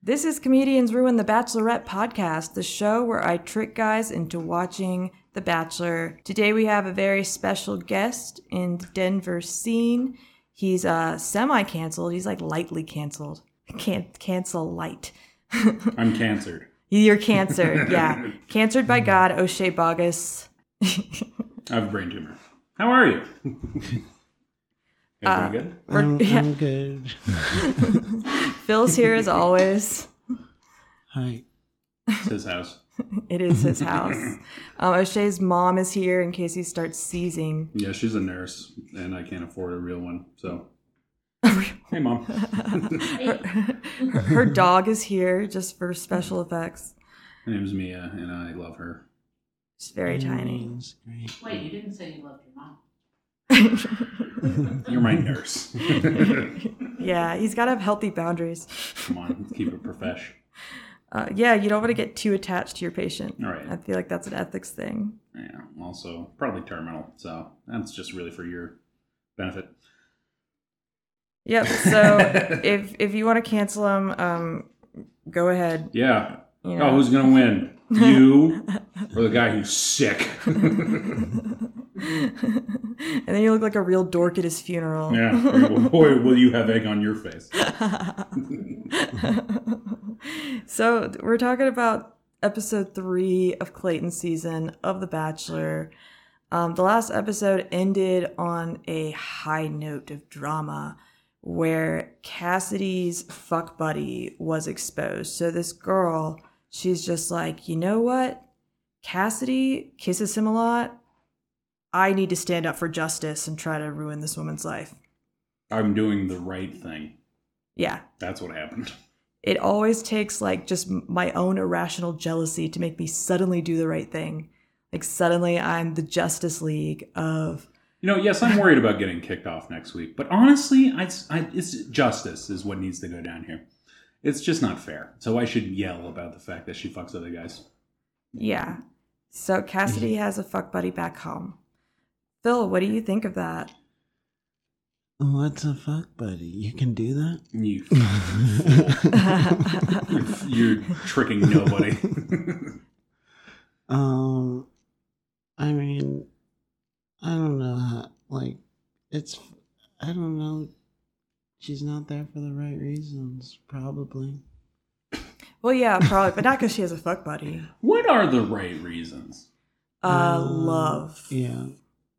This is Comedians Ruin the Bachelorette podcast, the show where I trick guys into watching The Bachelor. Today we have a very special guest in the Denver scene. He's uh, semi canceled, he's like lightly canceled. Can't cancel light. I'm cancered. You're cancer, yeah. Cancered by God, O'Shea Bogus. I have a brain tumor. How are you? Everything good? We're- I'm, yeah. I'm good. Phil's here as always. Hi. It's his house. It is his house. Um, O'Shea's mom is here in case he starts seizing. Yeah, she's a nurse, and I can't afford a real one. So, hey, mom. Her, her dog is here just for special effects. Her name's Mia, and I love her. She's very tiny. Mm. Everything's great. Wait, you didn't say you loved your mom. You're my nurse. Yeah, he's got to have healthy boundaries. Come on, let's keep it profesh. Uh, yeah, you don't want to get too attached to your patient. All right. I feel like that's an ethics thing. Yeah, also probably terminal. So that's just really for your benefit. Yep. So if if you want to cancel him, um, go ahead. Yeah. You Oh, know. who's gonna win? You or the guy who's sick? and then you look like a real dork at his funeral. yeah. Boy, will you have egg on your face. so we're talking about episode three of Clayton's season of The Bachelor. Um, the last episode ended on a high note of drama where Cassidy's fuck buddy was exposed. So this girl, she's just like, you know what? Cassidy kisses him a lot. I need to stand up for justice and try to ruin this woman's life. I'm doing the right thing. Yeah, That's what happened. it always takes like just m- my own irrational jealousy to make me suddenly do the right thing. Like suddenly I'm the Justice League of You know, yes, I'm worried about getting kicked off next week, but honestly, I, I, it's justice is what needs to go down here. It's just not fair. So I should yell about the fact that she fucks other guys. yeah. So Cassidy has a fuck buddy back home. Phil, what do you think of that? What the fuck, buddy? You can do that? You, you're, you're tricking nobody. um, I mean, I don't know. How, like, it's, I don't know. She's not there for the right reasons, probably. Well, yeah, probably, but not because she has a fuck buddy. what are the right reasons? Uh, Um, love. Yeah.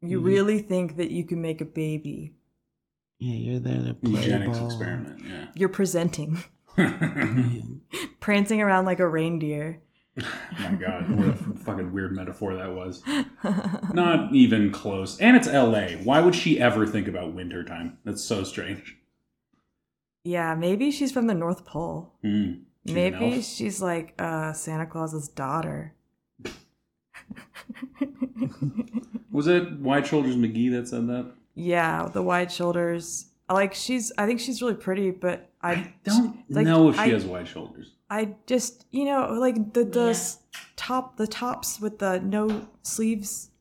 You really think that you can make a baby? Yeah, you're there to play Eugenics ball. experiment, yeah. You're presenting, oh prancing around like a reindeer. my god, what a fucking weird metaphor that was. Not even close. And it's LA. Why would she ever think about wintertime? That's so strange. Yeah, maybe she's from the North Pole. Hmm. She's an Maybe elf. she's like uh, Santa Claus's daughter. Was it Wide Shoulders McGee that said that? Yeah, with the wide shoulders. Like she's, I think she's really pretty, but I don't like, know if she I- has wide shoulders. I just you know like the the s top the tops with the no sleeves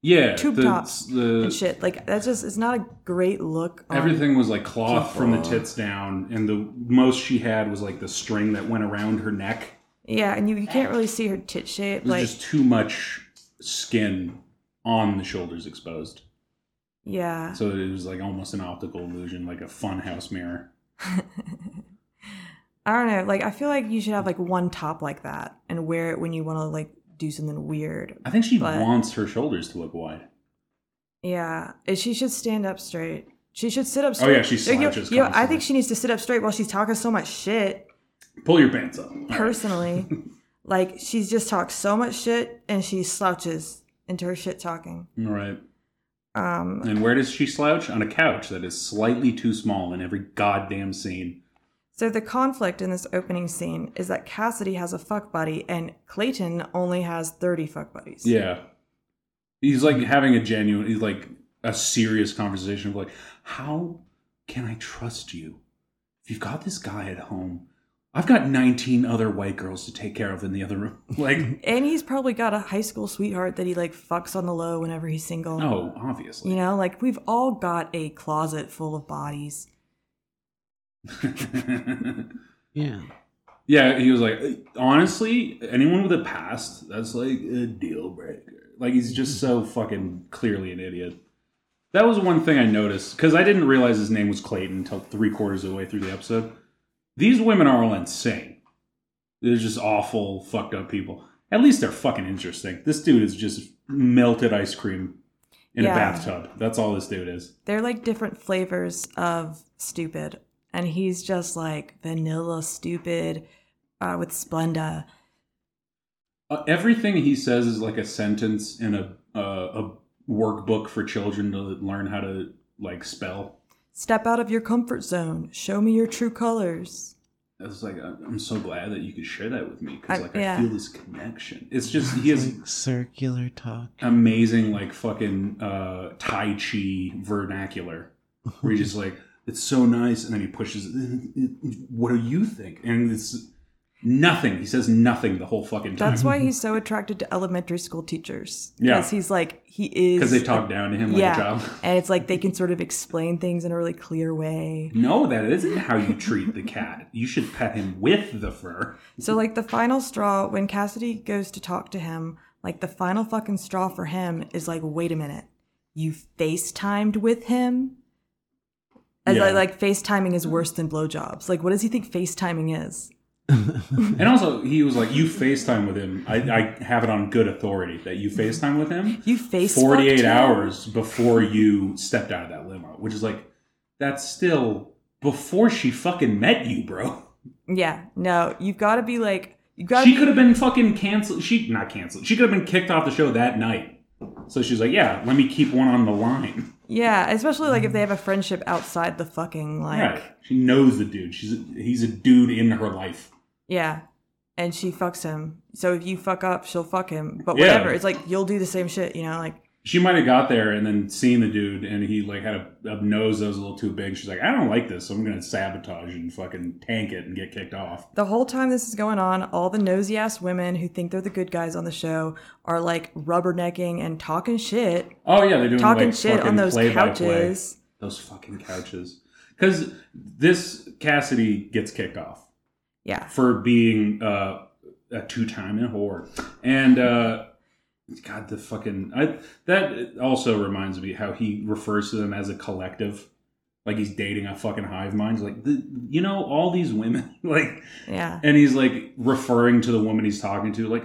Yeah, Tube the, tops The and shit. Like that's just it's not a great look. On, everything was like cloth from the People. tits down, and the most she had was like the string that went around her neck. Yeah, and you, you can't really see her tit shape. It was Like just too much skin on the shoulders exposed, yeah. so it was like almost an optical illusion, like a funhouse mirror. I don't know. Like I feel like you should have like one top like that and wear it when you want to like do something weird. I think she But- wants her shoulders to look wide. Yeah, and she should stand up straight. She should sit up Oh, straight. yeah, she Like, you- slouches you know, I constantly. think she needs to sit up straight while she's talking so much shit. Pull your pants up. All right. Personally, like she's just talked so much shit and she slouches into her shit talking. All right. Um, And where does she slouch? On a couch that is slightly too small in every goddamn scene. so the conflict in this opening scene is that Cassidy has a fuck buddy and Clayton only has thirty fuck buddies. Yeah. He's like having a genuine, he's like a serious conversation of like, how can I trust you? If you've got this guy at home, I've got 19 other white girls to take care of in the other room. Like, and he's probably got a high school sweetheart that he like fucks on the low whenever he's single. no, obviously. You know, like we've all got a closet full of bodies. Yeah. Yeah, he was like, honestly, anyone with a past, that's like a deal breaker. Like, he's just so fucking clearly an idiot. That was one thing I noticed because I didn't realize his name was Clayton until three quarters of the way through the episode. These women are all insane. They're just awful, fucked up people. At least they're fucking interesting. This dude is just melted ice cream in Yeah. a bathtub. That's all this dude is. They're like different flavors of stupid. And he's just like vanilla stupid uh, with Splenda. Uh, everything he says is like a sentence in a uh, a workbook for children to learn how to like spell. Step out of your comfort zone. Show me your true colors. I was like, I- I'm so glad that you could share that with me because I- like yeah. I feel this connection. It's just he has like circular talk. amazing like fucking uh, Tai Chi vernacular where he's just like, it's so nice, and then he pushes. it. What do you think? And it's nothing. He says nothing the whole fucking time. That's why he's so attracted to elementary school teachers. Yeah. Because he's like, he is. because they talk down to him like Yeah. a child. And it's like they can sort of explain things in a really clear way. No, that isn't how you treat the cat. You should pet him with the fur. So, like, the final straw when Cassidy goes to talk to him, like, the final fucking straw for him is like, wait a minute, you FaceTimed with him? As I Yeah. like, FaceTiming is worse than blowjobs. Like, what does he think FaceTiming is? And also, he was like, "You FaceTime with him. I, I have it on good authority that you FaceTime with him." You face fucked Forty-eight him? hours before you stepped out of that limo, which is like, that's still before she fucking met you, bro. Yeah, no, you've got to be like, you got She to could have been fucking canceled. She not canceled. She could have been kicked off the show that night. So she's like, "Yeah, let me keep one on the line." yeah, especially like if they have a friendship outside the fucking like, Mm. Right? She knows the dude. She's he's a dude in her life. yeah, and she fucks him. So if you fuck up, she'll fuck him. But Yeah. whatever, it's like you'll do the same shit, you know, like she might have got there and then seen the dude and he like had a, a nose that was a little too big. She's like, I don't like this, so I'm gonna sabotage and fucking tank it and get kicked off. The whole time this is going on, all the nosy ass women who think they're the good guys on the show are like rubbernecking and talking shit, Oh yeah, they're doing talking like, shit on fucking those play-by-play. couches. Those fucking couches. Because this Cassidy gets kicked off Yeah. for being uh, a two-time in whore, and uh, God, the fucking I, that also reminds me how he refers to them as a collective. Like he's dating a fucking hive mind. He's like, the, you know, all these women, like Yeah. and he's like referring to the woman he's talking to like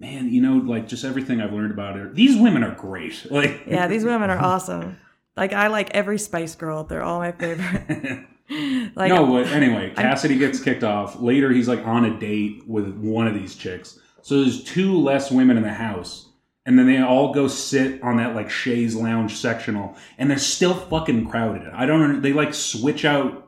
man you know like just everything i've learned about her these women are great like Yeah. These women are awesome. Like, I like every Spice Girl. They're all my favorite. Like, no but anyway I'm- cassidy gets kicked off later he's like on a date with one of these chicks so there's two less women in the house and then they all go sit on that like chaise lounge sectional and they're still fucking crowded i don't under- they like switch out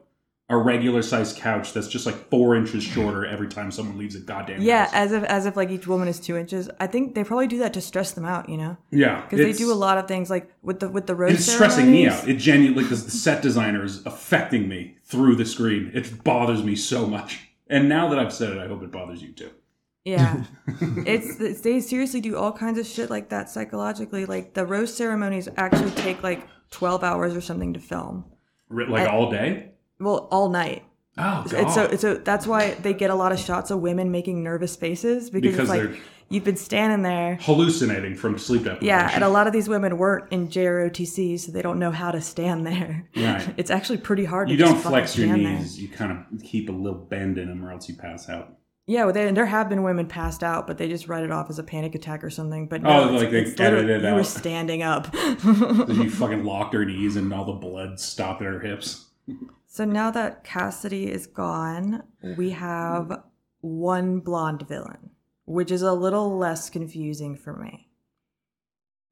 a regular sized couch that's just like four inches shorter every time someone leaves a goddamn yeah. house. As if, as if like each woman is two inches. I think they probably do that to stress them out, you know? yeah Because they it's- do a lot of things like with the, with the And roast. it's stressing me ceremonies. out. It genuinely, because the set designer is affecting me through the screen. It bothers me so much. And now that I've said it, I hope it bothers you too. Yeah. it's, it's they seriously do all kinds of shit like that psychologically. Like the rose ceremonies actually take like 12 hours or something to film. Writ- Like I- all day? Well, all night. Oh, God. It's so it's so that's why they get a lot of shots of women making nervous faces because, Because it's like they're- you've been standing there. Hallucinating from sleep deprivation. Yeah, and a lot of these women weren't in JROTC, so they don't know how to stand there. Right. It's actually pretty hard. You to just don't fucking flex your stand there. knees. You kind of keep a little bend in them or else you pass out. Yeah, well, they, there have been women passed out, but they just write it off as a panic attack or something. But Oh, no, it's- like they it's literally- edited it You were out. standing up. 'Cause you fucking locked her knees and all the blood stopped at her hips. so now that Cassidy is gone, we have one blonde villain, which is a little less confusing for me.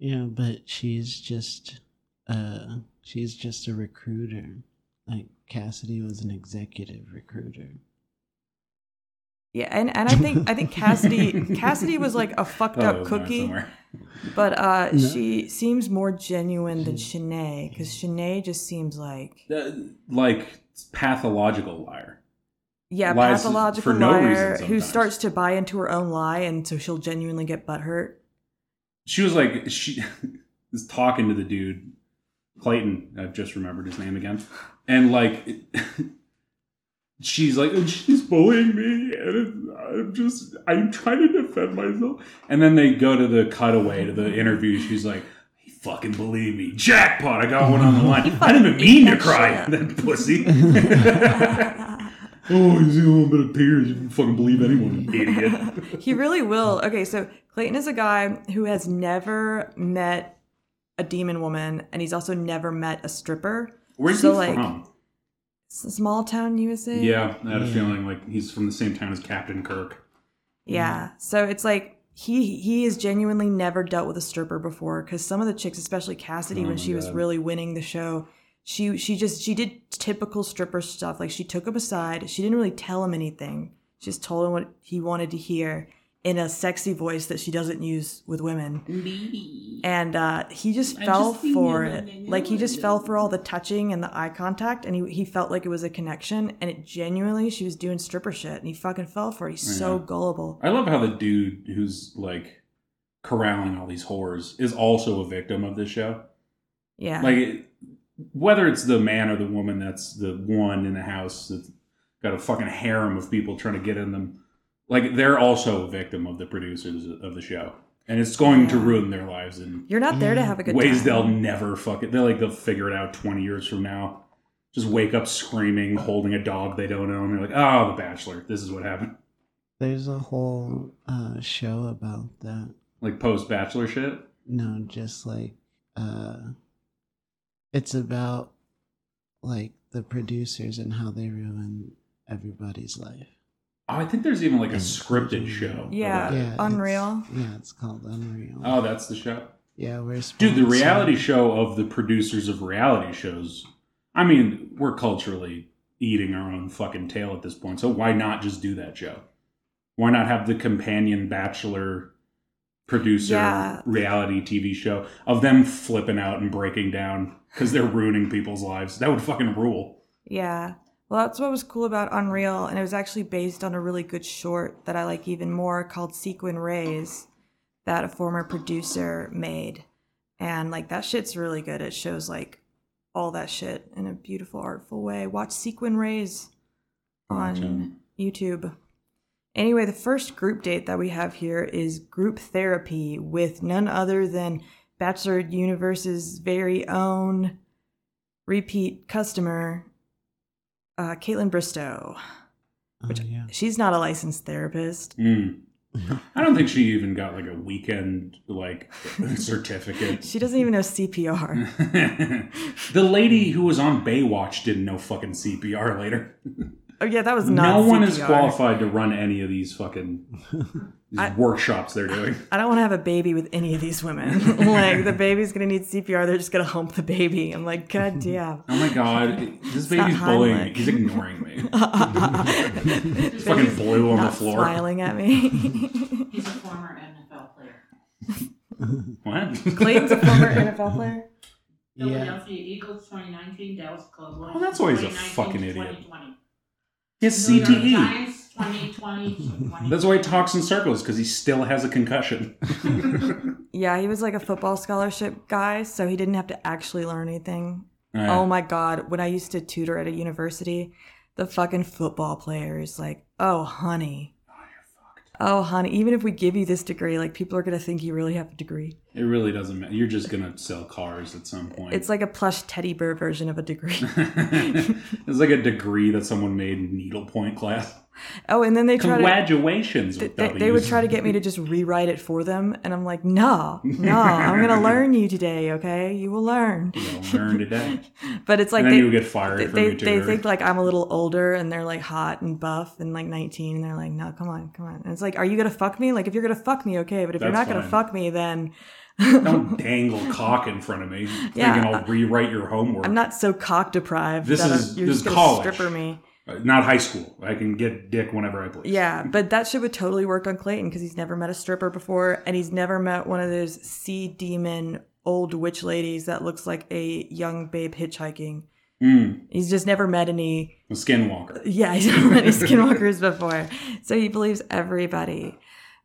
Yeah, but she's just uh she's just a recruiter. Like Cassidy was an executive recruiter. Yeah, and, and I think I think Cassidy Cassidy was like a fucked Oh, it up was mine cookie, somewhere. but uh, No. she seems more genuine than Hmm. Shanae because Shanae just seems like Uh, like pathological liar. yeah Lies pathological for no reason liar who sometimes. starts to buy into her own lie and so she'll genuinely get butthurt. she was like she was talking to the dude clayton i've just remembered his name again and like she's like, "Oh, she's bullying me, and it- I'm just, I'm trying to defend myself. And then they go to the cutaway to the interview. She's like, "You fucking believe me, jackpot! I got one on the line. I didn't even mean to cry, that pussy." oh, you see a little bit of tears. You can fucking believe anyone, you idiot. he really will. Okay, so Clayton is a guy who has never met a demon woman, and he's also never met a stripper. Where's So, he like- from? It's a small town USA. Yeah, I had a Yeah. feeling like he's from the same town as Captain Kirk. Yeah. So it's like he he has genuinely never dealt with a stripper before because some of the chicks, especially Cassidy, Oh when my she was God. really winning the show, she she just she did typical stripper stuff. Like she took him aside. She didn't really tell him anything. She just told him what he wanted to hear in a sexy voice that she doesn't use with women. Maybe. And uh, he just I fell just think for you're it. gonna Like he know just it. fell for all the touching and the eye contact, and he, he felt like it was a connection. And it genuinely, she was doing stripper shit, and he fucking fell for it. He's so Yeah. gullible. I love how the dude who's like corralling all these whores is also a victim of this show. Yeah. Like, it- whether it's the man or the woman that's the one in the house that's got a fucking harem of people trying to get in them, like, they're also a victim of the producers of the show. And it's going to Yeah. ruin their lives in You're not there to Yeah. have a good ways time. they'll never fuck it. They're like, they'll figure it out 20 years from now. Just wake up screaming, holding a dog they don't own. They're like, oh, The Bachelor. This is what happened. There's a whole uh, show about that. Like, post Bachelor shit. Oh, No, just like uh, it's about like the producers and how they ruin everybody's life. Oh, I think there's even like a Mm. scripted show. Yeah. about it. Yeah, Unreal. It's, yeah, it's called Unreal. Uh, Oh, that's the show. yeah, we're Dude, the sponsored. reality show of the producers of reality shows. I mean, we're culturally eating our own fucking tail at this point. So why not just do that show? Why not have the companion bachelor producer Yeah. reality TV show of them flipping out and breaking down because they're ruining people's lives? That would fucking rule. Yeah. Well, that's what was cool about Unreal, and it was actually based on a really good short that I like even more called Sequin Rays that a former producer made. And like that shit's really good. It shows like all that shit in a beautiful, artful way. Watch Sequin Rays on YouTube. Anyway, the first group date that we have here is group therapy with none other than Bachelor Universe's very own repeat customer, uh, Caitlin Bristow. Oh, yeah. She's not a licensed therapist. Mm. I don't think she even got like a weekend like certificate. She doesn't even know CPR. the lady who was on Baywatch didn't know fucking CPR later. Oh yeah, that was not. No one is CPR. qualified to run any of these fucking these I- workshops they're doing. I don't want to have a baby with any of these women. like the baby's gonna need CPR. They're just gonna hump the baby. I'm like, god damn. Oh my god, this baby's not bullying me. Heimlich. He's ignoring me. Baby's fucking blue on the not floor. smiling at me. He's a former NFL player. What? Clayton's a former NFL player. Yeah. Philadelphia Eagles 2019, Dallas Cowboys. Oh, that's always a 2019, fucking idiot. 2020. He has New E. York CTE. Giants 2020. 2020. That's why he talks in circles because he still has a concussion. Yeah, he was like a football scholarship guy, so he didn't have to actually learn anything. Oh my god, when I used to tutor at a university, the fucking football player is like, "Oh, honey. Oh, honey, even if we give you this degree, like people are going to think you really have a degree." It really doesn't matter. You're just gonna sell cars at some point. It's like a plush teddy bear version of a degree. it's like a degree that someone made in needlepoint class. oh, and then they try to Congratulations. they, with they- they would Ws. try to get me to just rewrite it for them, and I'm like, "No, no, I'm going to learn you today, okay? You will learn." You'll learn today. But it's like and then they, you would get fired they, from they, your they tutor. think like I'm a little older and they're like hot and buff and like 19 and they're like, no, come on, come on. And it's like, are you gonna fuck me? Like if you're gonna fuck me, okay, but if you're not That's gonna fine. fuck me, then Don't dangle cock in front of me. Yeah, thinking I'll rewrite your homework. I'm not so cock deprived This that is- you're this just is gonna college. stripper me. Uh, not high school. I can get dick whenever I please. Yeah, but that shit would totally work on Clayton because he's never met a stripper before and he's never met one of those sea demon old witch ladies that looks like a young babe hitchhiking. Mm, He's just never met any a skinwalker. Yeah, he's never met any skinwalkers before. So he believes everybody.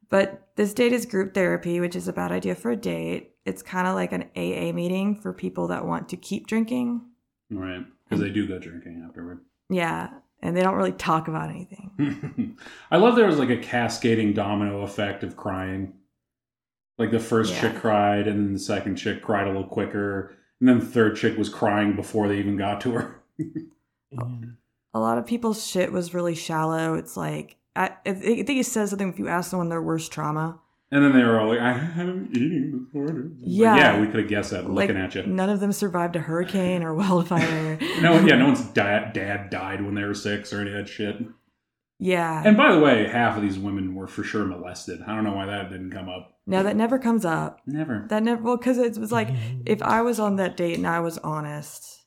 But this date is group therapy, which is a bad idea for a date. It's kind of like an AA meeting for people that want to keep drinking. Right. Because they do go drinking afterward. Yeah. and they don't really talk about anything. I love there was like a cascading domino effect of crying. Like the first Yeah. chick cried, and then the second chick cried a little quicker, and then the third chick was crying before they even got to her. A lot of people's shit was really shallow. It's like I, I thi- I think it says something if you ask someone their worst trauma. And then they were all like, "I haven't eaten this morning." Like, Yeah. yeah, we could have guessed that Like, looking at you. None of them survived a hurricane or wildfire. No, yeah, no one's dad, dad died when they were six or any of that shit. Yeah. And by the way, half of these women were for sure molested. I don't know why that didn't come up. No, that never comes up. Never. That never well, because it was like if I was on that date and I was honest,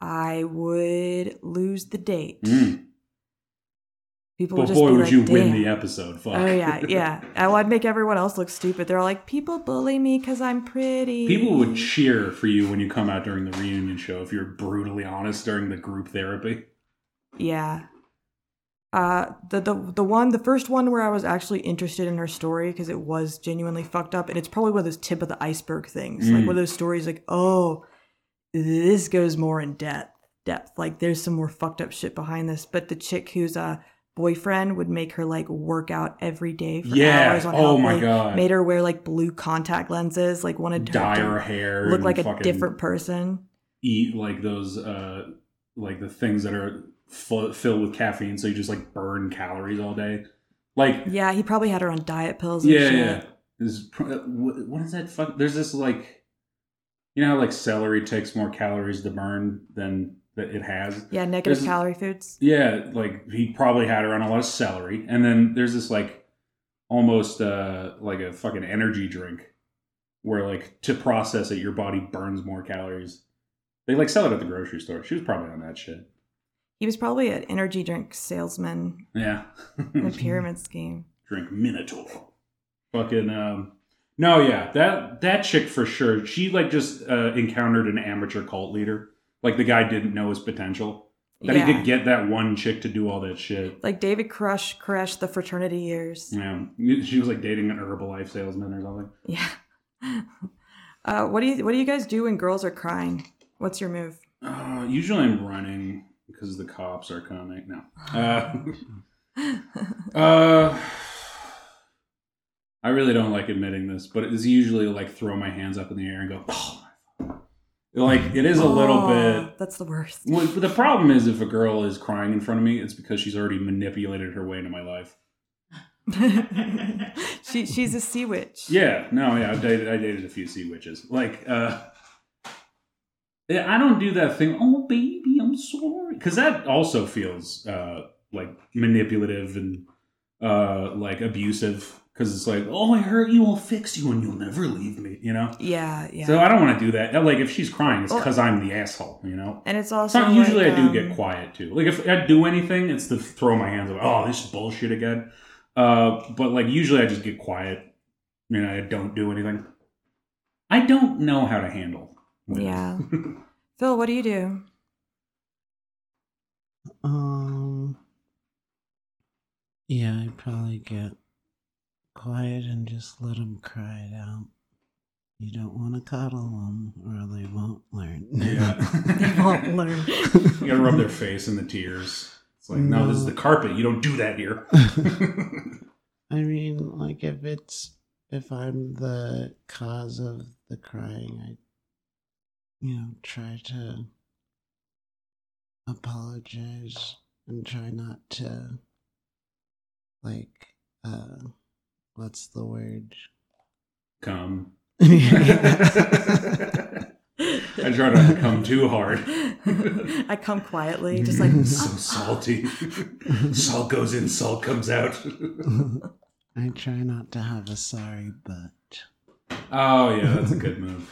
I would lose the date. Mm. People But would just boy, be would like, you Damn. win the episode. Fuck. Oh yeah, yeah. I would make everyone else look stupid. They're all like, people bully me because I'm pretty. People would cheer for you when you come out during the reunion show if you're brutally honest during the group therapy. Yeah. Uh, the the the one, the first one where I was actually interested in her story because it was genuinely fucked up, and it's probably one of those tip of the iceberg things, like Mm. one of those stories, like oh, this goes more in depth. Depth, like there's some more fucked up shit behind this. But the chick whose uh boyfriend would make her like work out every day for Yeah. hours on Oh end, my like, god. Made her wear like blue contact lenses, like wanted her Dye to her hair. look and like a fucking different person. Eat like those, uh, like the things that are fu- filled with caffeine, so you just like burn calories all day. Like Yeah, he probably had her on diet pills. And yeah, shit. yeah. Is what, what is that? Fuck. There's this like, you know, how, like celery takes more calories to burn than that it has. Yeah, negative There's- calorie foods. Yeah, like he probably had her on a lot of celery, and then there's this like almost uh like a fucking energy drink where like to process it, your body burns more calories. They like sell it at the grocery store. She was probably on that shit. He was probably an energy drink salesman Yeah, in Mm-hmm. a pyramid scheme. drink Minotaur. Fucking um, no, yeah, that that chick for sure. She like just uh, encountered an amateur cult leader. Like the guy didn't know his potential. That yeah. he could get that one chick to do all that shit. like David Crush crashed the fraternity years. Yeah, she was like dating an Herbalife salesman or something. Yeah. Uh, what do you What do you guys do when girls are crying? What's your move? Uh, usually I'm running because the cops are coming. No. Uh, uh, I really don't like admitting this, but it's usually like throw my hands up in the air and go, "Oh my fuck." Like it is a little Oh, bit. That's the worst. Well, but the problem is if a girl is crying in front of me, it's because she's already manipulated her way into my life. she She's a sea witch. Yeah, no, yeah, I've dated, I dated a few sea witches. Like, uh, yeah, I don't do that thing. Oh, baby, I'm sorry, because that also feels uh, like manipulative and uh, like abusive. Because it's like, oh, I hurt you, I'll fix you, and you'll never leave me. You know. Yeah. yeah. So I don't want to do that. Like, if she's crying, it's Well- because I'm the asshole. You know. and it's It's also not usually like, I do um, get quiet too. Like if I do anything, it's to throw my hands up. Oh, this is bullshit again. Uh, but like usually I just get quiet. You know, I don't do anything. I don't know how to handle. women. Yeah. Phil, what do you do? Um. Yeah, I probably get quiet and just let them cry it out. You don't want to coddle them, or they won't learn. They won't Yeah. learn. you gotta rub their face in the tears. It's like, no, this is the carpet. You don't do that here. I mean, like if it's if I'm the cause of the crying, I you know try to apologize and try not to like uh what's the word? come. I try not to come too hard. I come quietly, just like so salty. salt goes in, salt comes out. I try not to have a sorry but. Oh yeah, that's a good move.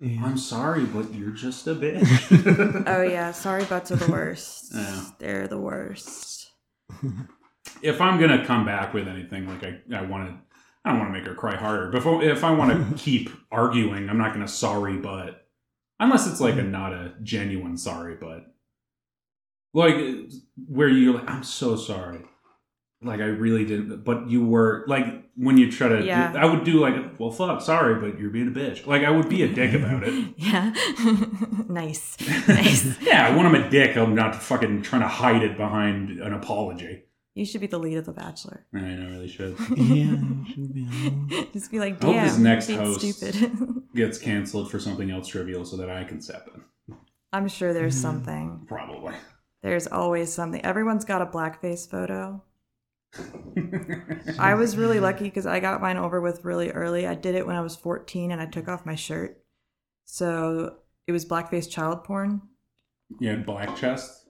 Yeah. I'm sorry, but you're just a bitch. Oh yeah, sorry butts are the worst. Yeah. They're the worst. if I'm gonna come back with anything, like I, I want to, I don't want to make her cry harder. Before, if I want to keep arguing, I'm not gonna sorry, but unless it's like a not a genuine sorry, but like where you're like, I'm so sorry. like I really didn't. But you were like when you try to. Yeah. I would do like, well, fuck, sorry, but you're being a bitch. Like I would be a dick about it. yeah. nice. Nice. yeah, when I'm a dick, I'm not fucking trying to hide it behind an apology. You should be the lead of The Bachelor. I know, I really should. Yeah, it should be on. Just be like, I hope damn, this next being host- stupid. Gets canceled for something else trivial so that I can step in. I'm sure there's Mhm. something. Probably. There's always something. Everyone's got a blackface photo. I was really lucky because I got mine over with really early. I did it when I was 14 and I took off my shirt. So it was blackface child porn. you had black chest?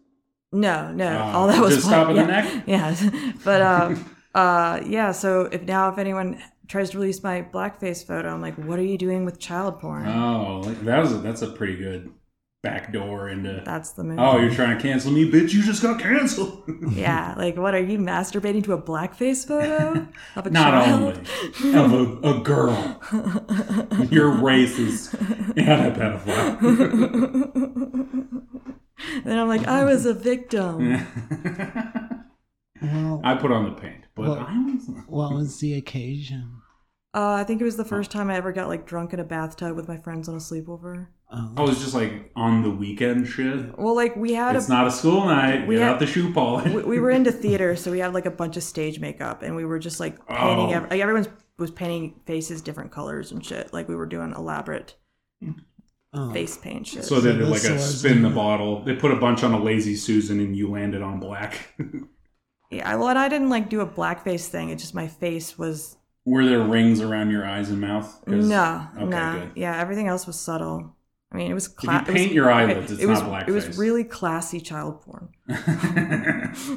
No, no. Ah, all that was just black- stop at the yeah. neck? Yeah. but um uh yeah, so if now if anyone tries to release my blackface photo, I'm like, what are you doing with child porn? Oh, like, that was a, that's a pretty good backdoor into. That's the movie. Oh, you're trying to cancel me, bitch! You just got canceled. yeah, like what are you masturbating to a blackface photo of a Not child? only of a, a girl, your race is and a pedophile. then I'm like, I was a victim. Well, I put on the paint, but Well- I was what was the occasion? Uh, I think it Oh. was the first time I ever got like drunk in a bathtub with my friends on a sleepover. Oh, I was just like on the weekend shit. Well, like we had It's a not a school night. We Get had- out the shoe polish. we, we were into theater, so we had like a bunch of stage makeup, and we were just like painting. Oh. ev- like everyone was painting faces different colors and shit. Like we were doing elaborate oh. face paint shit. So they So did like this a was- spin the bottle. They put a bunch on a lazy Susan, and you landed on black. yeah, I- well, and I didn't like do a blackface thing. It's just my face was Were there rings around your eyes and mouth? 'Cause- no, okay, no, good. yeah. Everything else was subtle. I mean, it was. If you cla- it was- paint your eyelids, it's it was, not It was blackface. really classy child porn.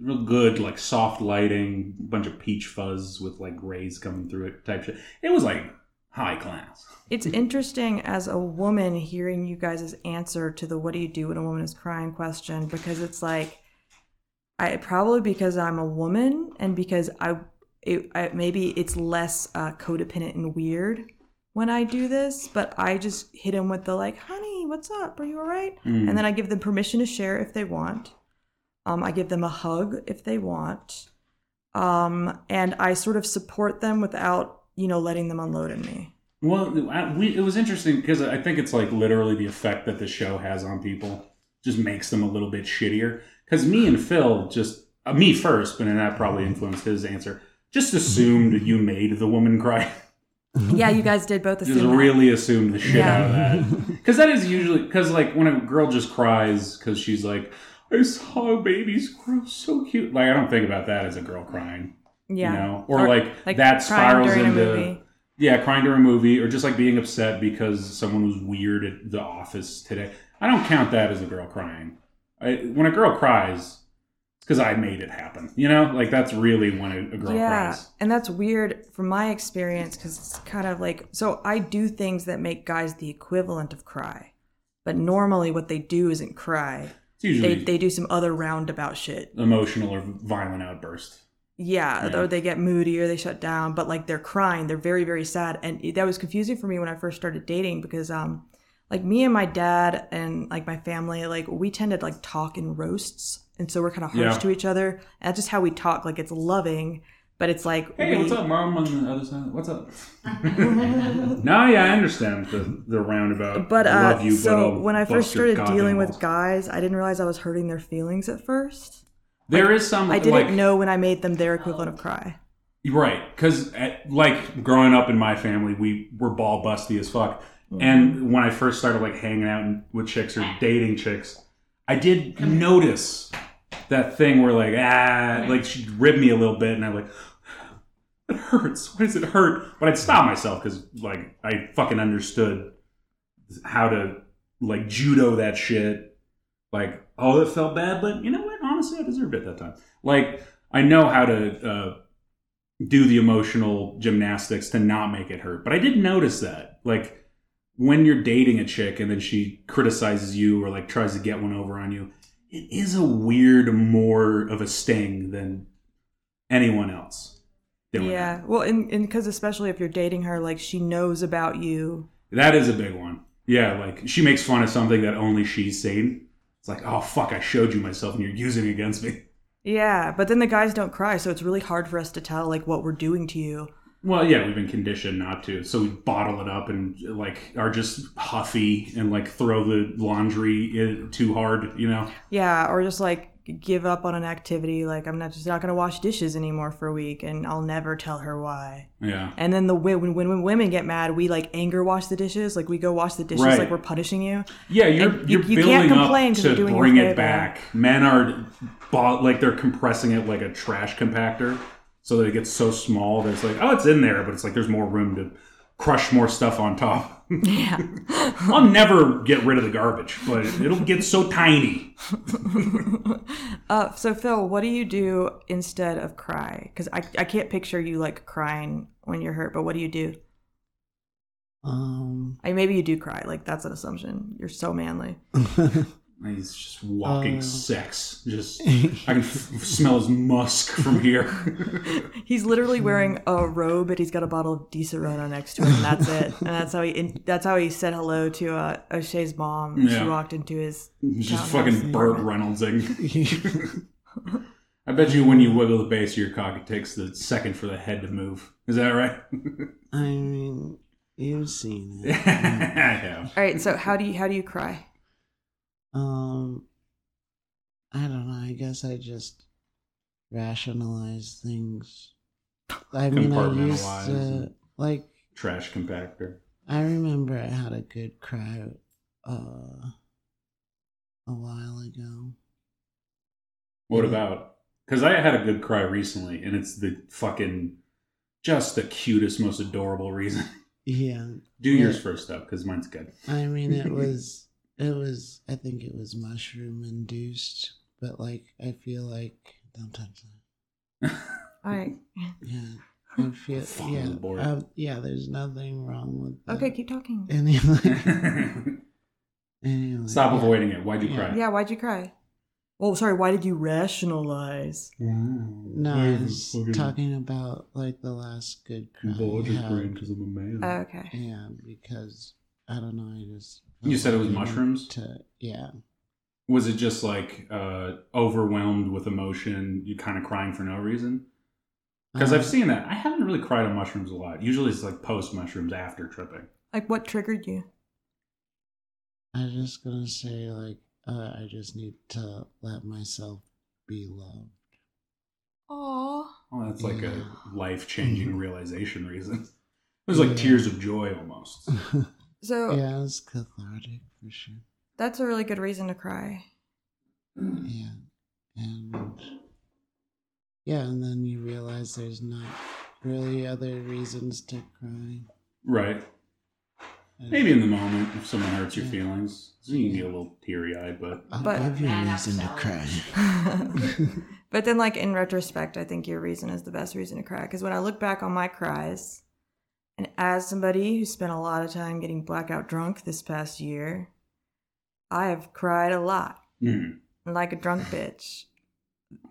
Real good, like soft lighting, bunch of peach fuzz with like rays coming through it type shit. It was like high class. It's interesting as a woman hearing you guys' answer to the what do you do when a woman is crying question because it's like I probably because I'm a woman and because I, it, I maybe it's less uh, codependent and weird when I do this, but I just hit them with the like, "Honey, what's up? Are you all right?" Mm. And then I give them permission to share if they want. Um, I give them a hug if they want, um, and I sort of support them without you know letting them unload on me. Well, I, we, it was interesting because I think it's like literally the effect that the show has on people just makes them a little bit shittier. Because me and Phil just uh, me first, but then that probably influenced his answer. Just assumed you made the woman cry. Yeah, you guys did both Just assume that. really assumed the shit out of that. Because that is usually because like when a girl just cries because she's like, I saw babies grow so cute. Like I don't think about that as a girl crying. yeah. You know, or, like, crying that spirals during a into. movie. Yeah, crying during a movie, or just like being upset because someone was weird at the office today. I don't count that as a girl crying. I, when a girl cries, it's because I made it happen. You know, like that's really when a, a girl yeah, cries. and that's weird from my experience because it's kind of like so I do things that make guys the equivalent of cry, but normally what they do isn't cry. It's usually They they do some other roundabout shit. emotional or violent outburst. Yeah, Yeah. or they get moody or they shut down, but like they're crying, they're very very sad, and it- that was confusing for me when I first started dating because um. Like me and my dad and like my family, like we tend to like talk in roasts, and so we're kind of harsh Yeah. to each other. And that's just how we talk. Like it's loving, but it's like Hey, we- what's up, mom? On the other side, what's up? no, yeah, I understand the the roundabout. But uh, I love you, so but I'll when I first bust your started goddamn dealing with balls. guys, I didn't realize I was hurting their feelings at first. there is some I didn't like, know when I made them their equivalent of cry. Right, because like growing up in my family, we were ball busty as fuck. And when I first started like hanging out with chicks or dating chicks, I did notice that thing where like ah, like she'd rib me a little bit, and I'm like, it hurts. Why does it hurt? But I'd stop myself because like I fucking understood how to like judo that shit. Like, oh, it felt bad, but you know what? Honestly, I deserved it that time. Like, I know how to uh, do the emotional gymnastics to not make it hurt. But I did notice that, like, when you're dating a chick and then she criticizes you or like tries to get one over on you, it is a weird more of a sting than anyone else. doing yeah. that. Well, and because especially if you're dating her, like she knows about you. that is a big one. Yeah, like she makes fun of something that only she's seen. It's like, oh fuck, I showed you myself and you're using it against me. Yeah, but then the guys don't cry, so it's really hard for us to tell like what we're doing to you. Well, yeah, we've been conditioned not to, so we bottle it up and like are just huffy and like throw the laundry in too hard, you know. Yeah, or just like give up on an activity like I'm not just not going to wash dishes anymore for a week and I'll never tell her why. Yeah, And then the wi- when when, when women get mad, we like anger wash the dishes, like we go wash the dishes Right. like we're punishing you. yeah, you're And you- you're you can't building complain up 'cause you're to doing your bring favor. it back. Men are bought like they're compressing it like a trash compactor, so that it gets so small that it's like, oh, it's in there, but it's like there's more room to crush more stuff on top. Yeah. I'll never get rid of the garbage, but it'll get so tiny. uh, so Phil, what do you do instead of cry? Because I I can't picture you like crying when you're hurt, but what do you do? Um, I, maybe you do cry. Like that's an assumption. You're so manly. He's just walking Oh. sex. Just I can f- smell his musk from here. He's literally wearing a robe, and he's got a bottle of Di Serrano next to him. And that's it. And that's how he. and that's how he said hello to uh, O'Shea's mom. when She Yeah. walked into his. He's just Don't fucking mess Burt with Reynoldsing. I bet you when you wiggle the base of your cock, it takes the second for the head to move. Is that right? I mean, you've seen I it. have. All right. So how do you how do you cry? Um, I don't know. I guess I just rationalize things. I mean, I used Compartmentalize to and- like. Trash compactor. I remember I had a good cry uh, a while ago. What Mhm. about? Because I had a good cry recently, and it's the fucking just the cutest, most adorable reason. Yeah, Do yours Yeah. first up, because mine's good. I mean, it was, it was. I think it was mushroom induced, but like I feel like don't touch that. All right. Yeah, I feel. Fuck, yeah, I'm bored. uh, yeah. There's nothing wrong with. That. Okay. Keep talking. Anyway, anyway. Stop yeah. avoiding it. Why'd you Yeah. cry? Yeah. Why'd you cry? Oh, sorry. Why did you rationalize? No, I was talking about like the last good cry. I had. because I'm a man. Okay. Yeah, because I don't know. I just You said it was I wanted mushrooms? To yeah, was it just like uh, overwhelmed with emotion, you kind of crying for no reason? Because Uh, I've seen that. I haven't really cried on mushrooms a lot. Usually it's like post mushrooms after tripping. Like what triggered you? I was just gonna say like uh, I just need to let myself be loved. Oh. Oh, that's like Yeah. Mm-hmm. a life changing realization reason. It was Yeah. like tears of joy almost. So yeah, it's cathartic for sure. that's a really good reason to cry. Yeah, and yeah, and then you realize there's not really other reasons to cry. right. I- Maybe in the moment if someone hurts your feelings, you can Yeah. get a little teary eyed, but I'll But- give you a Mad reason to upsell. cry. but then, like in retrospect, I think your reason is the best reason to cry. Because when I look back on my cries, and as somebody who spent a lot of time getting blackout drunk this past year, I have cried a lot, mm. like a drunk bitch.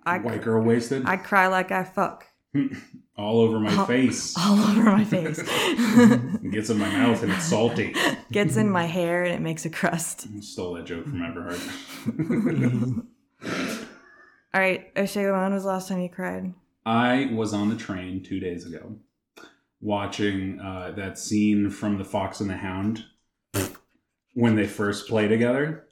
I white girl wasted I cry like I fuck all over my Oh. face. all over my face. It gets in my mouth and it's salty. Gets in my hair and it makes a crust. Stole that joke from Everhart. All right, O'Shea, when was the last time you cried? I was on the train two days ago watching uh, that scene from The Fox and the Hound when they first play together.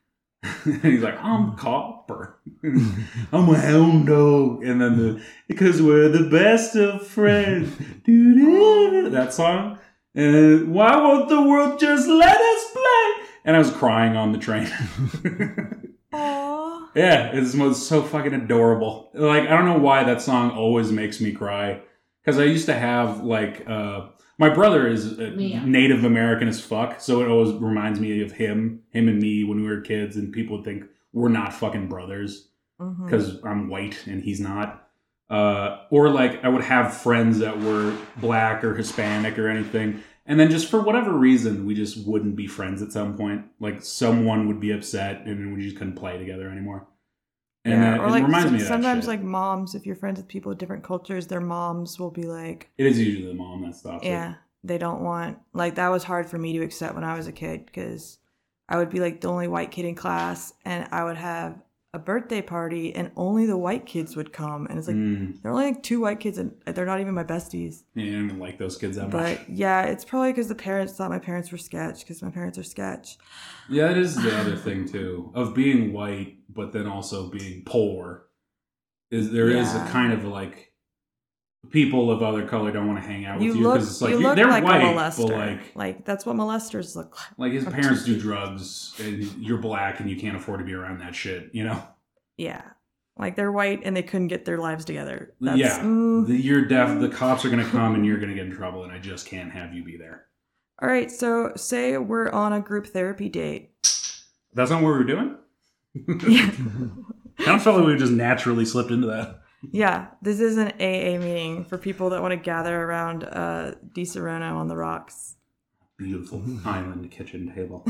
and he's like, I'm Copper. I'm a hound dog. And then the, because we're the best of friends. Doo-doo. that song. And why won't the world just let us play? And I was crying on the train. Aww. Yeah, it's mo- so fucking adorable. Like I don't know why that song always makes me cry because I used to have like uh my brother is uh Yeah. Native American as fuck, so it always reminds me of him, him and me when we were kids, and people would think we're not fucking brothers Mm-hmm. Mm. because I'm white and he's not. Uh, or like I would have friends that were black or Hispanic or anything, and then just for whatever reason, we just wouldn't be friends at some point. Like someone would be upset, and we just couldn't play together anymore. And that, it reminds some- me of that sometimes shit. like moms, if you're friends with people of different cultures, their moms will be like, it is usually the mom that stops. it. yeah, they don't want like that was hard for me to accept when I was a kid because I would be like the only white kid in class, and I would have a birthday party and only the white kids would come. And it's like, Mm, there are only like two white kids and they're not even my besties. yeah, I don't like those kids that much. But yeah, it's probably because the parents thought my parents were sketch because my parents are sketch. Yeah, that is the other thing too of being white, but then also being poor. Is there is a Yeah. kind of like people of other color don't want to hang out You with you look, because it's like you you- look they're like white, a but molester. like Like, that's what molesters look like. like his parents do drugs and you're black and you can't afford to be around that shit. You know, Yeah, like they're white and they couldn't get their lives together. That's, Yeah. mm. the, you're deaf. The cops are gonna come and you're gonna get in trouble, and I just can't have you be there. All right, so say we're on a group therapy date. That's not what we were doing. Yeah. I felt like we just naturally slipped into that. yeah, this is an AA meeting for people that want to gather around uh, Di Serono on the rocks. Beautiful island kitchen table.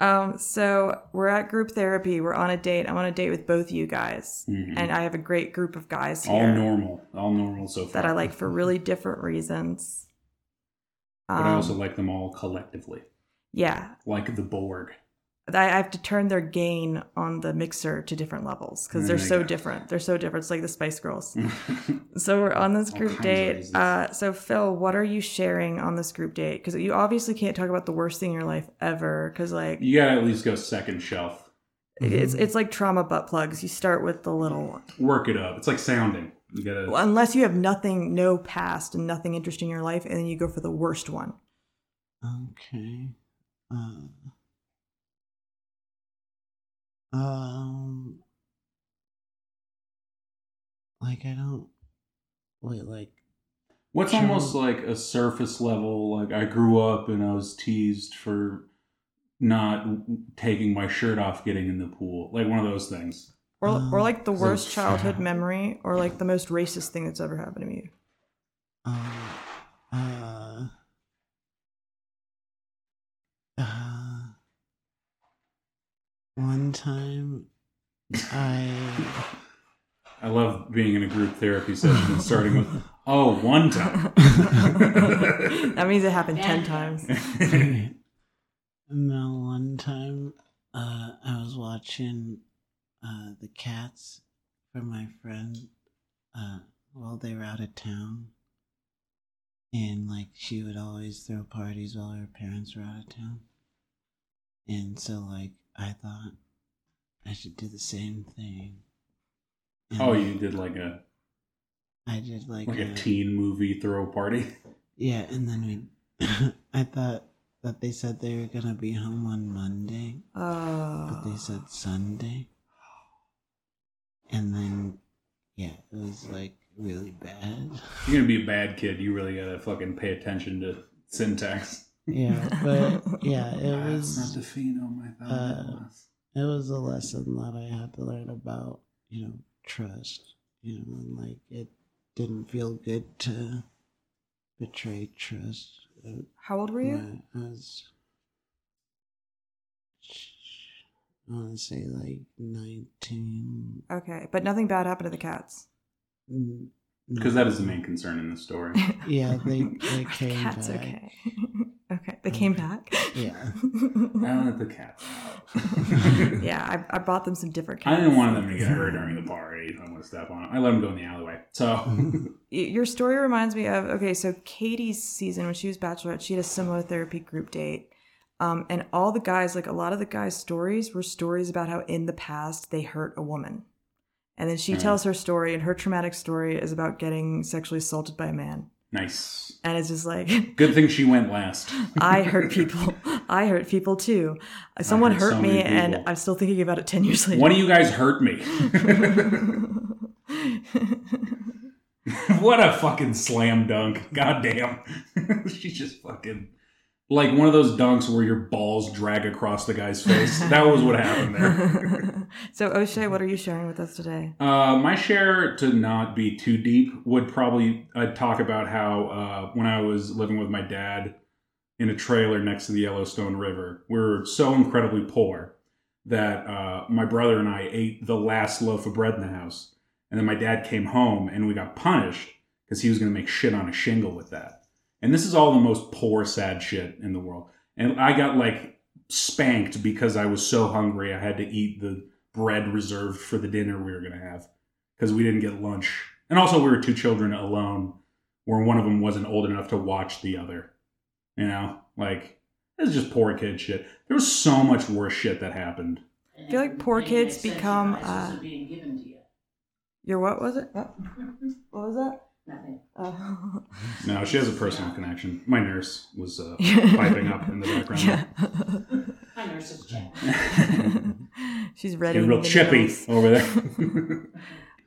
um, so we're at group therapy. We're on a date. I'm on a date with both you guys, Mhm. and I have a great group of guys All here normal, all normal so far. that I like for really different reasons. but I Um, also like them all collectively, yeah, like the Borg. I I have to turn their gain on the mixer to different levels because they're There you so go. different. They're so different. It's like the Spice Girls. I So we're on this All group kinds of date. reasons. Uh, so Phil, what are you sharing on this group date? Because you obviously can't talk about the worst thing in your life ever. Because like you gotta at least go second shelf. it's it's like trauma butt plugs. You start with the little one, Work it up. It's like sounding. You gotta. Well, unless you have nothing, no past, and nothing interesting in your life, and then you go for the worst one. Okay. Uh, um. Like I don't. Wait, like What's Sure. almost like a surface level? Like I grew up and I was teased for not taking my shirt off getting in the pool. Like one of those things. Or, Um, or like the Oh, so worst fat. childhood memory, or like the most racist thing that's ever happened to me. um, uh, uh, one time I. I love being in a group therapy session and starting with, oh, one time. that means it happened ten times. No, one time uh, I was watching uh, the cats for my friend uh, while they were out of town. And like she would always throw parties while her parents were out of town. And so like I thought I should do the same thing. And, oh, like, you did like a I did like, like a teen movie throw party. Yeah, and then we I thought that they said they were gonna be home on Monday. But they Oh, said Sunday. And then, yeah, it was like really bad. You're gonna be a bad kid. You really gotta fucking pay attention to syntax. Yeah, but yeah, Ah, it it's not was the fiend on my thumb. uh, it was. it was a lesson that I had to learn about, you know, trust. You know, and like it didn't feel good to betray trust. Uh, how old were you? when I was, I want to say like nineteen. Okay, but nothing bad happened to the cats. mm, Because that is the main concern in this story. Yeah, they they Are the came cats back. okay. okay, they came back. Yeah. I let the cats out. yeah, I, I bought them some different I cats. didn't want them to get hurt during the party. I want to step on them. I let them go in the alleyway. So, Y- Your story reminds me of okay, so Katie's season when she was bachelorette, she had a similar therapy group date. Um, and all the guys, like a lot of the guys' stories were stories about how in the past they hurt a woman. And then she Mm. tells her story, and her traumatic story is about getting sexually assaulted by a man. nice. And it's just like, Good thing she went last. I hurt people. I hurt people too. Someone hurt hurt, so me, many and people. I'm still thinking about it 10 years later. One of you guys hurt me. what a fucking slam dunk. Goddamn. she just fucking. Like one of those dunks where your balls drag across the guy's face. That was what happened there. so, O'Shea, what are you sharing with us today? Uh, my share to not be too deep would probably I'd talk about how uh, when I was living with my dad in a trailer next to the Yellowstone River, we were so incredibly poor that uh, my brother and I ate the last loaf of bread in the house, and then my dad came home and we got punished because he was going to make shit on a shingle with that. And this is all the most poor, sad shit in the world. And I got like spanked because I was so hungry I had to eat the bread reserved for the dinner we were going to have because we didn't get lunch. And also, we were two children alone where one of them wasn't old enough to watch the other. You know, like, this is just poor kid shit. There was so much worse shit that happened. I feel like poor kids become, uh, being given to you. Your what was it? What, what was that? Nothing. Uh-huh. Oh. No, she has a personal connection. My nurse was uh, Piping piping up in the background. My nurse is chat. Yeah. She's ready. getting real chippy over there.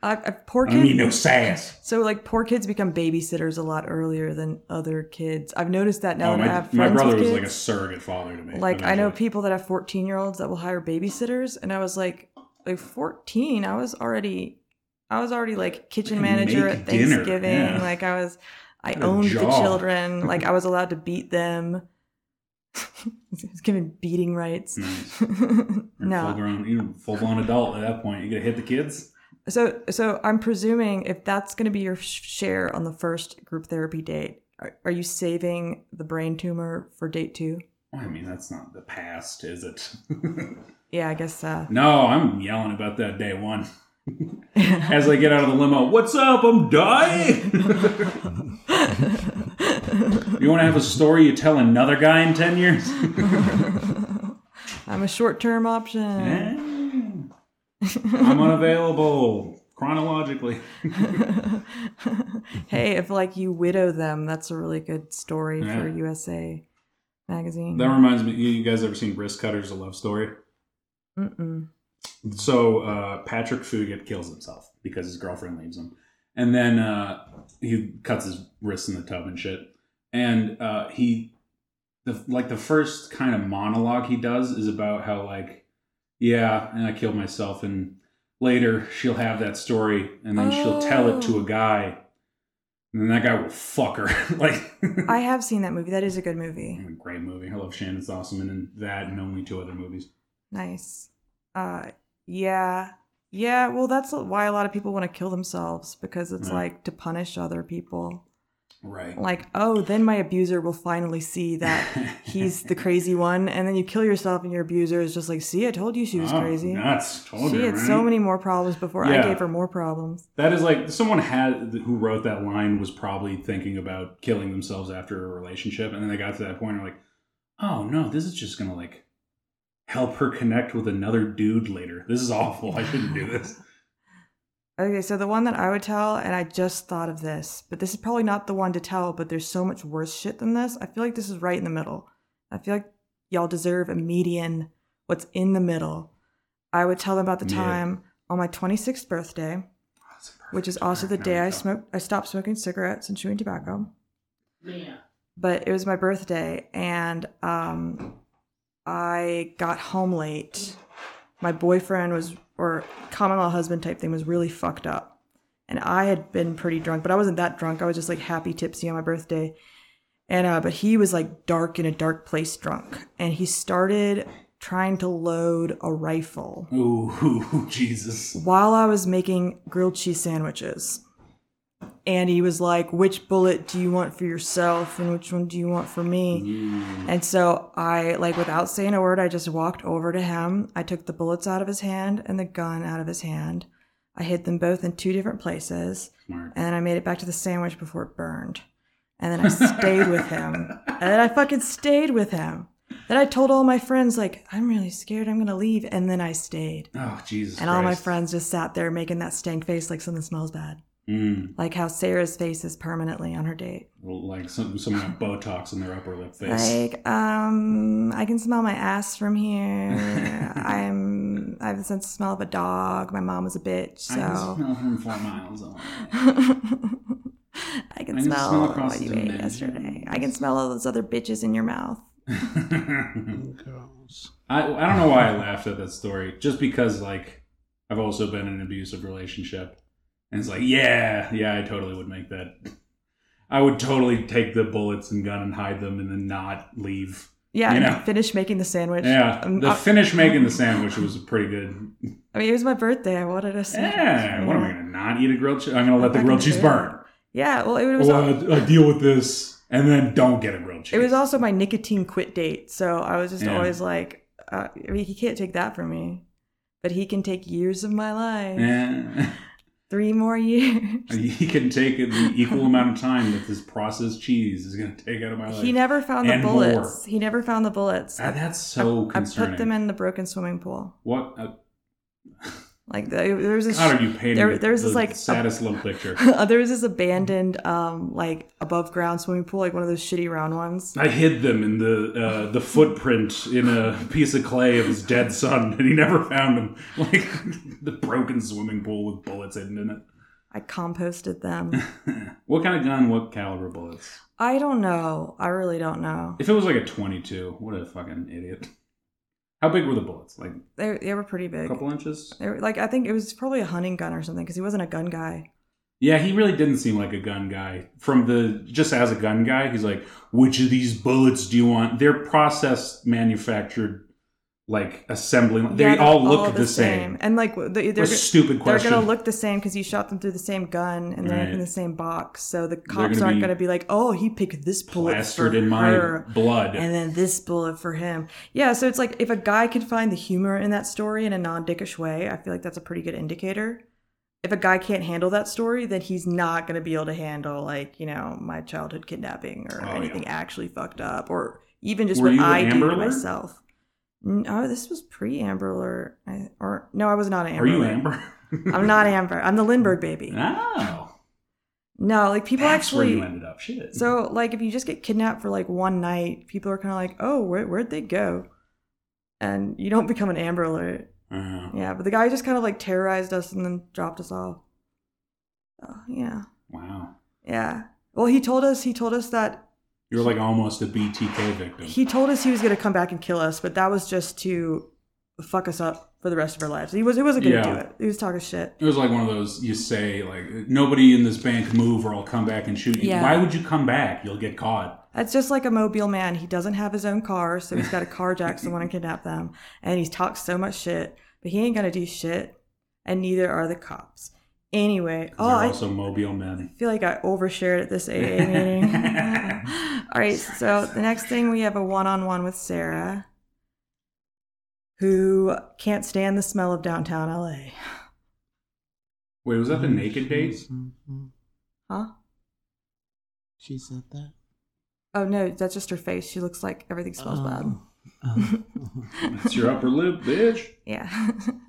I, I, poor I don't need kids. no sass. So like poor kids become babysitters a lot earlier than other kids. I've noticed that now Oh, that I my, have my friends brother with was like a kids. surrogate father to me. like I know eventually. people that have 14 year olds that will hire babysitters, and I was like, like 14, I was already, I was already like kitchen Can manager make at dinner, Thanksgiving. yeah. Like I was, I What a owned the job. children. Like I was allowed to beat them. It's given beating rights. Nice. You're no, full grown, you're full blown adult at that point. You gonna hit the kids? so so I'm presuming if that's going to be your sh- share on the first group therapy date, are, are you saving the brain tumor for date two? Well, I mean, that's not the past, is it? Yeah, I guess. Uh, no, I'm yelling about that day one. As I get out of the limo, what's up? I'm dying. you want to have a story you tell another guy in ten years? I'm a short term option. Eh, I'm unavailable chronologically. hey, if like you widow them, that's a really good story for Yeah. USA magazine. That reminds me, you you guys ever seen Wrist Cutters: A Love Story? Mm-mm. So uh, Patrick Fugit kills himself because his girlfriend leaves him, and then uh, he cuts his wrists in the tub and shit. And uh, he, the like the first kind of monologue he does is about how like, yeah, and I killed myself, and later she'll have that story, and then she'll tell it to a guy, and then that guy will fuck her. like, I have seen that movie. That is a good movie. great movie. I love Shannon Sossaman and that, and only two other movies. Nice. Uh, yeah, yeah. Well, that's why a lot of people want to kill themselves because it's Yeah. like to punish other people. Right. Like, oh, then my abuser will finally see that he's the crazy one, and then you kill yourself, and your abuser is just like, see, I told you she was Oh, crazy. Nuts. Told She you, had right? so many more problems before I Yeah. gave her more problems. That is like someone had who wrote that line was probably thinking about killing themselves after a relationship, and then they got to that point and were like, "Oh no, this is just gonna like help her connect with another dude later. This is awful. I shouldn't do this." Okay, so the one that I would tell, and I just thought of this, but this is probably not the one to tell, but there's so much worse shit than this. I feel like this is right in the middle. I feel like y'all deserve a median, what's in the middle. I would tell them about the Mid. time on my 26th birthday, which is also the day I smoked, I stopped smoking cigarettes and chewing tobacco. Mia. but it was my birthday and um i got home late my boyfriend was or common law husband type thing was really fucked up and i had been pretty drunk but i wasn't that drunk i was just like happy tipsy on my birthday and uh but he was like dark in a dark place drunk and he started trying to load a rifle Ooh, Jesus. while I was making grilled cheese sandwiches. And he was like, Which bullet do you want for yourself and which one do you want for me? Mm. And so I, like, without saying a word, I just walked over to him. I took the bullets out of his hand and the gun out of his hand. I hid them both in two different places. Smart. And then I made it back to the sandwich before it burned. And then I stayed with him. And then I fucking stayed with him. Then I told all my friends, like, I'm really scared. I'm going to leave. And then I stayed. Oh, Jesus. And all my Christ. friends just sat there making that stank face like something smells bad. Mm. Like how Sarah's face is permanently on her date. like some some got Botox in their upper lip face. Like, um, I can smell my ass from here. I'm I have the sense of smell of a dog. My mom was a bitch, I can so smell him four miles away. I can I can smell, smell across what you the ate dimension. yesterday. I can smell all those other bitches in your mouth. I, Girls. I don't know why I laughed at that story. Just because, like, I've also been in an abusive relationship. And it's like, yeah, yeah, I totally would make that. I would totally take the bullets and gun and hide them and then not leave. Yeah, You and know. finish making the sandwich. Yeah. Um, The I, finish making the sandwich was pretty good. I mean, it was my birthday. I wanted a sandwich. Yeah. you What am know? I going to not eat a grilled cheese? I'm going to let the I grilled can cheese do burn. Yeah, well, it was. Well, uh, I, I deal with this and then don't get a grilled cheese. It was also my nicotine quit date, so I was just Yeah. always like, uh, I mean, he can't take that from me. but he can take years of my life. Eh. Three more years. He can take the equal amount of time that this processed cheese is going to take out of my life. He never found the And more. bullets. He never found the bullets. Ah, I, that's so I concerning. put them in the broken swimming pool. what? Uh, Like the, there was this God, are you painting there- the- there's the this, like, saddest little picture? there was this abandoned um like above ground swimming pool, like one of those shitty round ones. I hid them in the uh, the footprint in a piece of clay of his dead son, and he never found them. Like the broken swimming pool with bullets hidden in I composted them. it. what kind of gun? What caliber bullets? I don't know. I really don't know. If it was like a twenty-two, what a fucking idiot! How big were the bullets? Like They they were pretty a big. couple inches? They were, like I think it was probably a hunting gun or something because he wasn't a gun guy. Yeah, he really didn't seem like a gun guy. From the just as a gun guy, he's like, which of these bullets do you want? They're processed, manufactured, like assembly. they Yeah, all they're look the, same. And like they, What a they're stupid they're question. gonna look the same because you shot them through the same gun and they're Right. in the same box. So the cops gonna aren't be gonna be like, "Oh, he picked this bullet plastered for in my her, blood. and then this bullet for him." Yeah, so it's like if a guy can find the humor in that story in a non-dickish way, I feel like that's a pretty good indicator. If a guy can't handle that story, then he's not gonna be able to handle like you know my childhood kidnapping or Oh, yeah. anything actually fucked up or even just Were you what I an do Amber to Alert? myself. No, this was pre Amber Alert. I, or no, I was not an Amber. Are you Alert. Amber? I'm not Amber. I'm the Lindbergh baby. Oh, No, like people that's where actually. you ended up. Shit. So like, if you just get kidnapped for like one night, people are kind of like, "Oh, where, where'd they go?" And you don't become an Amber Alert. Uh, Yeah, but the guy just kind of like terrorized us and then dropped us off. Oh yeah, wow, yeah. Well, he told us. He told us that you're like almost a BTK victim. he told us he was gonna come back and kill us, but that was just to fuck us up for the rest of our lives. He was. He wasn't gonna Yeah. do it. He was talking shit. It was like one of those you say like nobody in this bank move or I'll come back and shoot you. Yeah. Why would you come back? You'll get caught. That's just like a mobile man. He doesn't have his own car, so he's got to carjack someone and kidnap them. And he talks so much shit, but he ain't gonna do shit. And neither are the cops. Anyway, oh, They're I also mobile men. feel like I overshared at this AA meeting. All right, so the next thing we have a one-on-one with Sarah, who can't stand the smell of downtown LA. Wait, was that Mm-hmm. the naked dates? Mhm. Huh? She said that. Oh no, that's just her face. She looks like everything smells Um. bad. Oh. That's your upper lip, bitch. Yeah.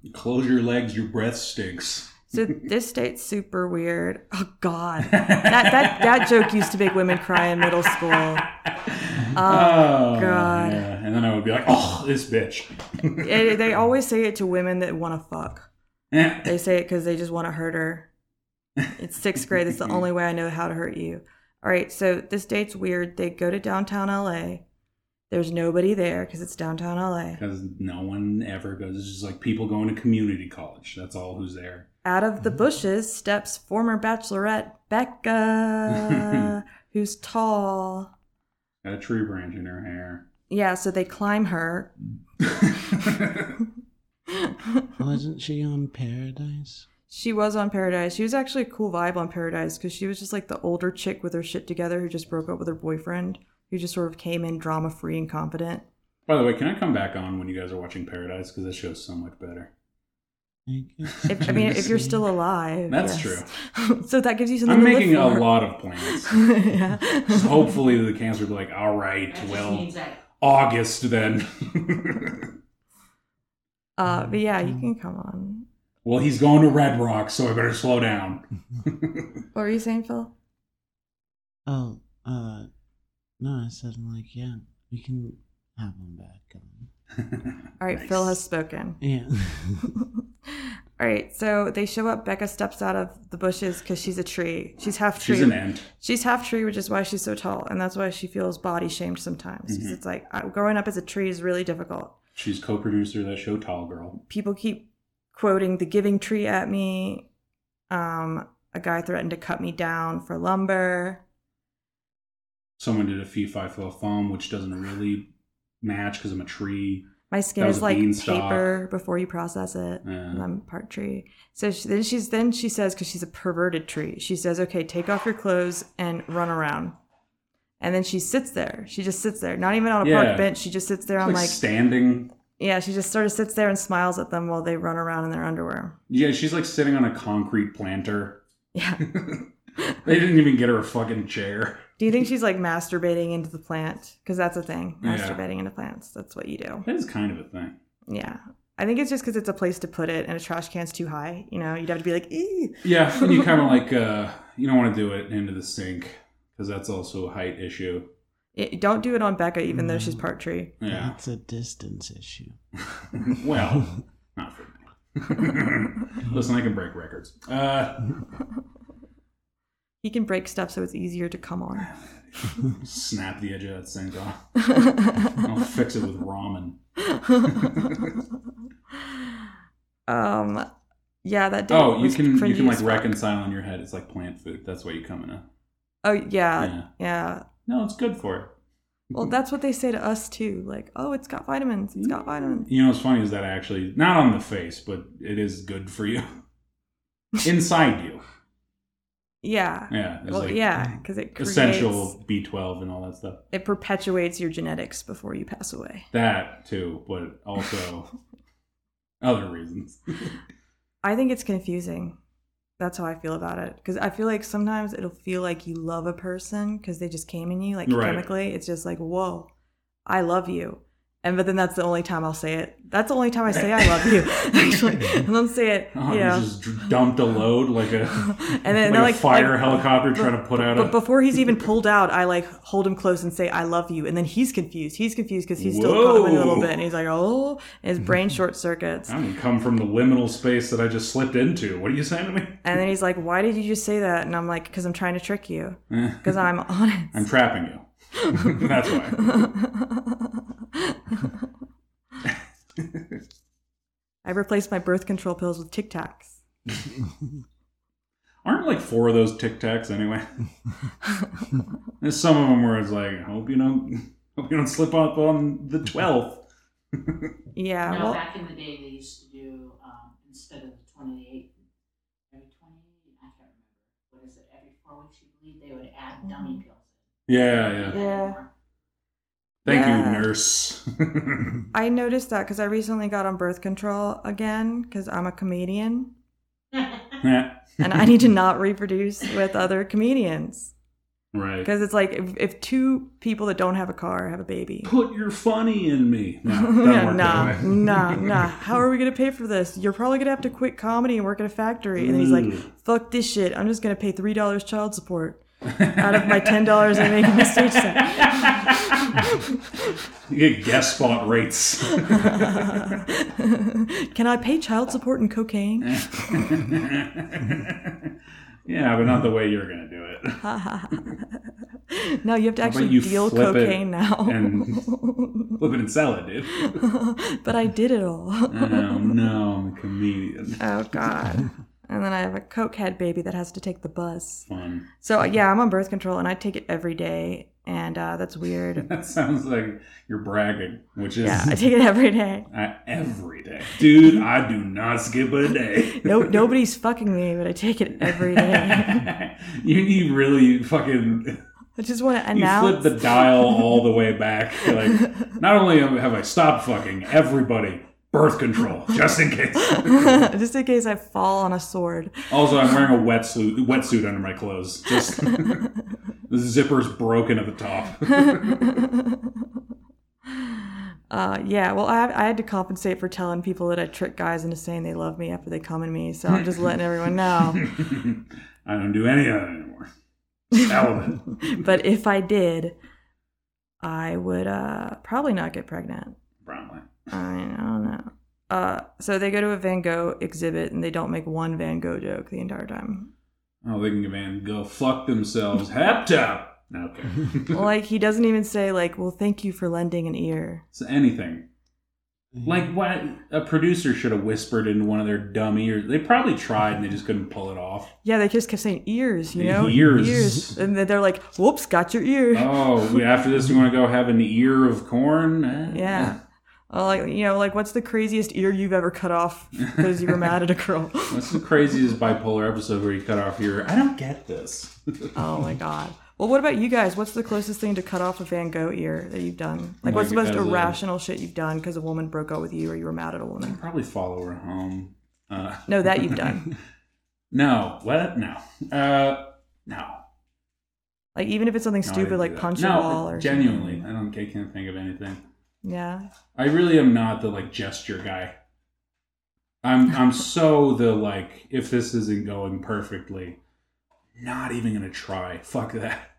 You close your legs, your breath stinks. So this state's super weird. Oh God, that that that joke used to make women cry in middle school. Oh God, Oh, yeah. And then I would be like, oh, this bitch. It- they always say it to women that want to fuck. Eh. They say it because they just want to hurt her. It's sixth grade. That's the only way I know how to hurt you. All right, so this date's weird. They go to downtown LA. There's nobody there because it's downtown LA. Because no one ever goes. It's just like people going to community college. That's all who's there. Out of the bushes steps former bachelorette Becca, who's tall. Got a tree branch in her hair. Yeah, so they climb her. uh, Wasn't she on Paradise? She was on Paradise. She was actually a cool vibe on Paradise because she was just like the older chick with her shit together who just broke up with her boyfriend, who just sort of came in drama free and confident. By the way, can I come back on when you guys are watching Paradise? Because that show's so much better. I, guess If, I mean, if you're still alive. That's true. so that gives you something I'm to live making a for. lot of plans. yeah. So hopefully the cancer will be like, all right, That just well, means that August then. Uh, but yeah, you can come on. well, he's going to Red Rock, so I better slow down. What were you saying, Phil? Oh, uh, no, I said, I'm like, yeah, we can have him back on. All right, Phil has spoken. Yeah. All right, so they show up. Becca steps out of the bushes because she's a tree. She's half tree. She's an ant. She's half tree, which is why she's so tall, and that's why she feels body shamed sometimes. Mm-hmm. 'Cause It's like I, growing up as a tree is really difficult. She's co-producer of that show, Tall Girl. People keep quoting "The Giving Tree" at me. Um, a guy threatened to cut me down for lumber. Someone did a fee fi fo fum, which doesn't really match because I'm a tree. My skin That is was like beanstalk. paper before you process it. And Uh, I'm part tree. So she, then she's then she says because she's a perverted tree. She says, "Okay, take off your clothes and run around." And then she sits there. She just sits there, not even on a Yeah. park bench. She just sits there it's on like, like standing Yeah, she just sort of sits there and smiles at them while they run around in their underwear. Yeah, she's like sitting on a concrete planter. Yeah. they didn't even get her a fucking chair. Do you think she's like masturbating into the plant? Because that's a thing. Yeah. Masturbating into plants. That's what you do. That is kind of a thing. Yeah. I think it's just because it's a place to put it and a trash can's too high. You know, you'd have to be like, eee. Yeah, and you kind of like uh you don't want to do it into the sink because that's also a height issue. Yeah, Don't do it on Becca, even though she's Mm. part tree. Yeah. That's a distance issue. well, not for me. Listen, I can break records. Uh, He can break stuff so it's easier to come on. snap the edge of that sink off. I'll fix it with ramen. um, yeah, that. Date Oh, you was can you cringy can like as fuck. reconcile in your head. It's like plant food. That's why you come in a. Oh yeah, Yeah. yeah. No, it's good for it. Well, that's what they say to us too. Like, oh, it's got vitamins. It's got vitamins. You know what's funny is that actually not on the face, but it is good for you inside you. Yeah. Yeah, it's Well, like yeah, because it creates, essential B twelve and all that stuff. It perpetuates your genetics before you pass away. That too, but also other reasons. I think it's confusing. That's how I feel about it. Because I feel like sometimes it'll feel like you love a person because they just came in you, like Right. chemically. It's just like, whoa, I love you. And but then that's the only time I'll say it. That's the only time I say I love you, actually. I don't say it. Oh, you know. You just dr- dumped a load like a and like then a they're like fire like- helicopter but- trying to put out But a. before he's even pulled out, I like hold him close and say, I love you. And then he's confused. He's confused because he's still caught him in a little Whoa. bit. And he's like, oh, and his brain short circuits. I don't come from the liminal space that I just slipped into. What are you saying to me? And then he's like, why did you just say that? And I'm like, because I'm trying to trick you. Eh, Because I'm honest. I'm trapping you. That's why. I replaced my birth control pills with Tic Tacs. Aren't like four of those Tic Tacs anyway? There's some of them where it's like, hope you don't, hope you don't slip up on the twelfth. Yeah, no, well, back in the day, they used to do um, instead of the 28, every 20, I can't remember. What is it? Every four weeks, you believe they would add Mm-hmm. dummy pills. Yeah, yeah. Yeah. Thank Yeah. you, nurse. I noticed that because I recently got on birth control again because I'm a comedian Yeah, and I need to not reproduce with other comedians. right. Because it's like if, if two people that don't have a car have a baby. Put your funny in me. No, doesn't Yeah, work nah, that way. nah, nah. How are we gonna pay for this? You're probably gonna have to quit comedy and work at a factory. And then he's like, Ooh. "Fuck this shit. I'm just gonna pay three dollars child support out of my ten dollars I make in the stage set." You get guest spot rates. Can I pay child support and cocaine? yeah, but not the way you're gonna do it. no, you have to How about actually you deal flip it cocaine now. and- Flip it and sell it, dude. but I did it all. Oh no, I'm a comedian. oh god. And then I have a cokehead baby that has to take the bus. Fun. So uh, yeah, I'm on birth control and I take it every day, and uh, that's weird. That sounds like you're bragging, which is yeah, I take it every day. I, every day, dude. I do not skip a day. No, nobody's fucking me, but I take it every day. you you really fucking I just want to you flip announce. the dial all the way back. You're like, not only have I stopped fucking everybody, birth control, just in case. just in case I fall on a sword. Also, I'm wearing a wetsuit wetsuit under my clothes. Just the zipper's broken at the top. Uh, yeah, well, I, I had to compensate for telling people that I trick guys into saying they love me after they come in me, so I'm just letting everyone know. I don't do any of that anymore. Element. But if I did, I would uh, probably not get pregnant. Probably. I don't know. Uh, so they go to a Van Gogh exhibit and they don't make one Van Gogh joke the entire time. Oh, they can man go fuck themselves. Hap tap. Okay. like he doesn't even say like, "Well, thank you for lending an ear." so anything like what a producer should have whispered into one of their dumb ears. They probably tried and they just couldn't pull it off. Yeah, they just kept saying ears, you know, Ears. and then they're like, "Whoops, got your ear." Oh, we- after this, you want to go have an ear of corn? Eh. Yeah. Oh, like you know, like what's the craziest ear you've ever cut off because you were mad at a girl? What's the craziest bipolar episode where you cut off your? I don't get this. oh my god. Well, what about you guys? What's the closest thing to cut off a Van Gogh ear that you've done? Like, what's the Like, most as a- irrational shit you've done because a woman broke up with you or you were mad at a woman? Probably follow her home. Uh, No, that you've done. no, what? No, uh, no. Like, even if it's something No, I stupid, didn't like do that. punch no, a wall or genuinely, I don't. I can't think of anything. Something. Yeah. I really am not the like gesture guy. I'm I'm so the like if this isn't going perfectly, not even gonna try. Fuck that.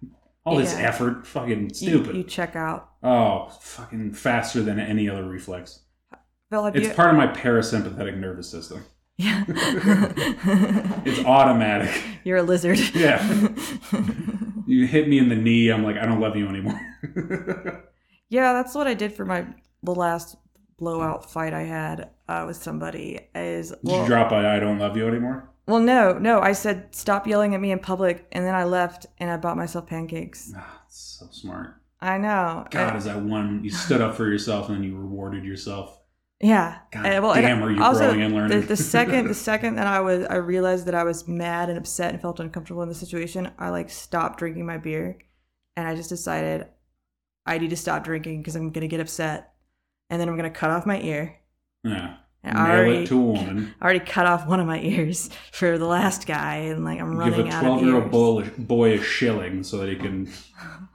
All this Yeah. effort, fucking You- stupid. You, check out. oh, fucking faster than any other reflex. Phil, have It's you? part of my parasympathetic nervous system. yeah. It's automatic. You're a lizard. Yeah. You hit me in the knee, I'm like, I don't love you anymore. yeah, that's what I did for my the last blowout fight I had uh, with somebody. Is Did you well, drop a I don't love you anymore? well, no, no. I said stop yelling at me in public, and then I left and I bought myself pancakes. Ah, it's so smart. I know. God, I- is that one? You stood up for yourself and then you rewarded yourself. yeah. God Uh, well, and damn, are you also, growing and The, learning? the second the second that I was I realized that I was mad and upset and felt uncomfortable in the situation, I like stopped drinking my beer and I just decided I need to stop drinking because I'm gonna get upset and then I'm gonna cut off my ear. yeah, And I nail already, it to a woman. I already cut off one of my ears for the last guy and like I'm Give running a out of twelve-year-old ears. boy, boy a shilling so that he can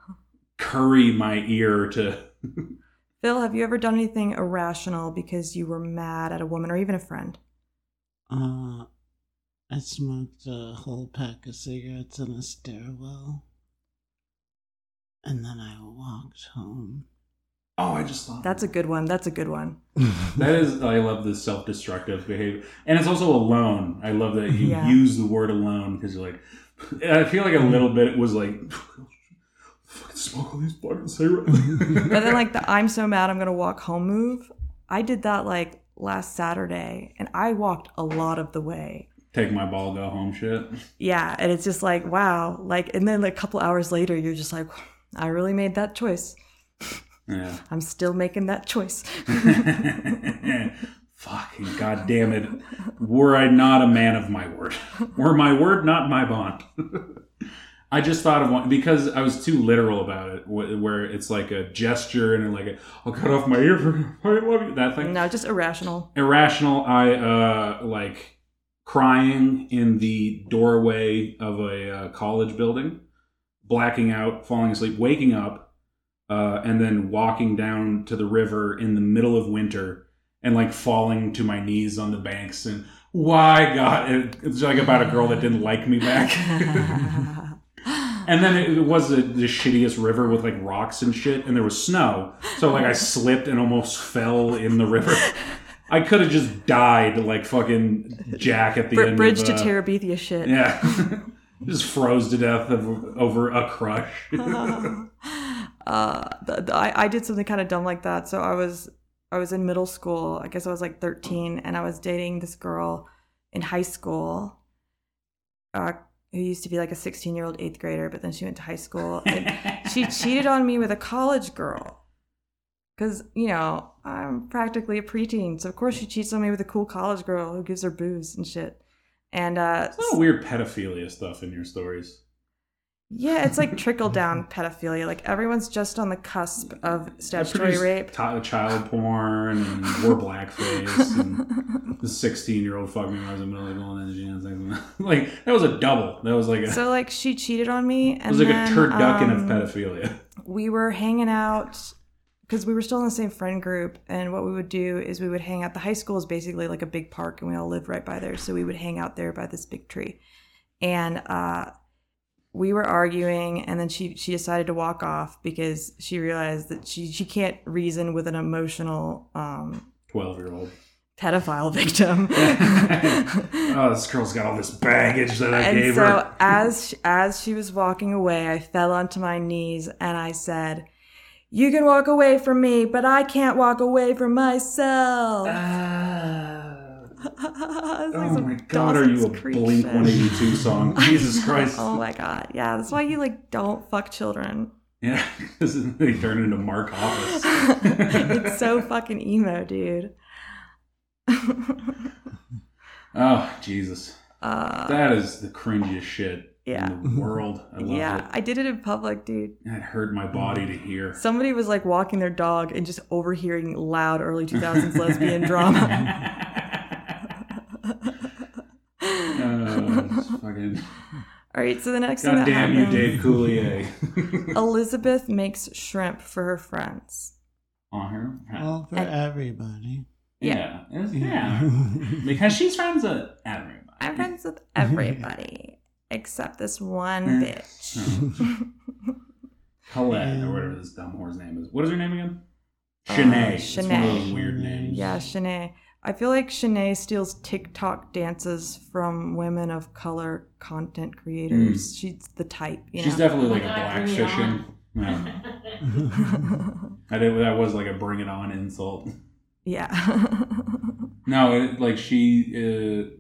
curry my ear to. Phil, have you ever done anything irrational because you were mad at a woman or even a friend? Uh, I smoked a whole pack of cigarettes in a stairwell. And then I walked home. Oh, I just thought That's a good one. That's a good one. That is, I love the self-destructive behavior, and it's also alone. I love that you Yeah. use the word alone because you're like, I feel like a little bit was like, fucking smoke all these fucking cigarettes. But then like the I'm so mad I'm gonna walk home move, I did that like last Saturday and I walked a lot of the way. take my ball, go home, shit. Yeah, and it's just like wow, like and then like, a couple hours later you're just like I really made that choice. Yeah. I'm still making that choice. Fucking god damn it. Were I not a man of my word. Were my word not my bond. I just thought of one because I was too literal about it, wh- where it's like a gesture and like a, I'll cut off my ear for I love you, that thing. no, just irrational. Irrational, I uh, like crying in the doorway of a uh, college building, blacking out, falling asleep, waking up, uh, and then walking down to the river in the middle of winter and like falling to my knees on the banks and why God, it, it's like about a girl that didn't like me back. and then it, was the, the shittiest river with like rocks and shit, and there was snow, so like I slipped and almost fell in the river. I could have just died like fucking Jack at the Br- end. bridge of, to uh, Terabithia shit. Yeah. Just froze to death of, over a crush. Uh-huh. uh, the, the, I, I did something kind of dumb like that. So I was I was in middle school. I guess I was like 13, and I was dating this girl in high school, uh, who used to be like a 16 year old eighth grader, but then she went to high school, and she cheated on me with a college girl. Cause you know I'm practically a preteen, so of course she cheats on me with a cool college girl who gives her booze and shit. And uh, It's not weird pedophilia stuff in your stories. yeah, it's like trickle down pedophilia. Like everyone's just on the cusp of I statutory produced rape. ti- child porn and wore blackface and the 16 year old fucked me when I was in middle school and then she was like, like that was a double. That was like a so like she cheated on me, and it was like then, a turducken um, of pedophilia. We were hanging out because we were still in the same friend group, and what we would do is we would hang out. The high school is basically like a big park, and we all lived right by there, so we would hang out there by this big tree, and uh, we were arguing, and then she she decided to walk off because she realized that she she can't reason with an emotional um, 12 year old. pedophile victim. Oh, this girl's got all this baggage that I and gave so her. as she, as she was walking away, I fell onto my knees and I said, "You can walk away from me, but I can't walk away from myself." Ah. It's like oh some my god, are you a Dawson's Creek Blink shit. 182 song? Jesus Christ. Oh my god, yeah, that's why you like don't fuck children. Yeah, this is- they turn into Mark Hoppus. it's so fucking emo, dude. Oh, Jesus. Uh, Oh, That is the cringiest shit. Yeah. in the world. I loved Yeah. I did it in public, dude. it. It hurt my body to hear. Somebody was like walking their dog and just overhearing loud early 2000s lesbian drama. Oh, it's All fucking, right, so the next thing God that damn you, happens, Dave Coulier. Elizabeth makes shrimp for her friends. On her? All for And- everybody. Yeah. It was- yeah. Because she's friends with everybody. I'm friends with everybody except this one Yeah. bitch. Oh, Colette, Yeah. or whatever this dumb whore's name is. What is her name again? Uh, Shanae. It's one of Shanae. those weird names. Yeah, Shanae. I feel like Shanae steals TikTok dances from women of color content creators. She's the type, you Hmm. She's know. definitely like a Oh my God, black bring it fishing. Yeah. on. I did, that was like a bring it on insult. yeah. No, it, like she uh,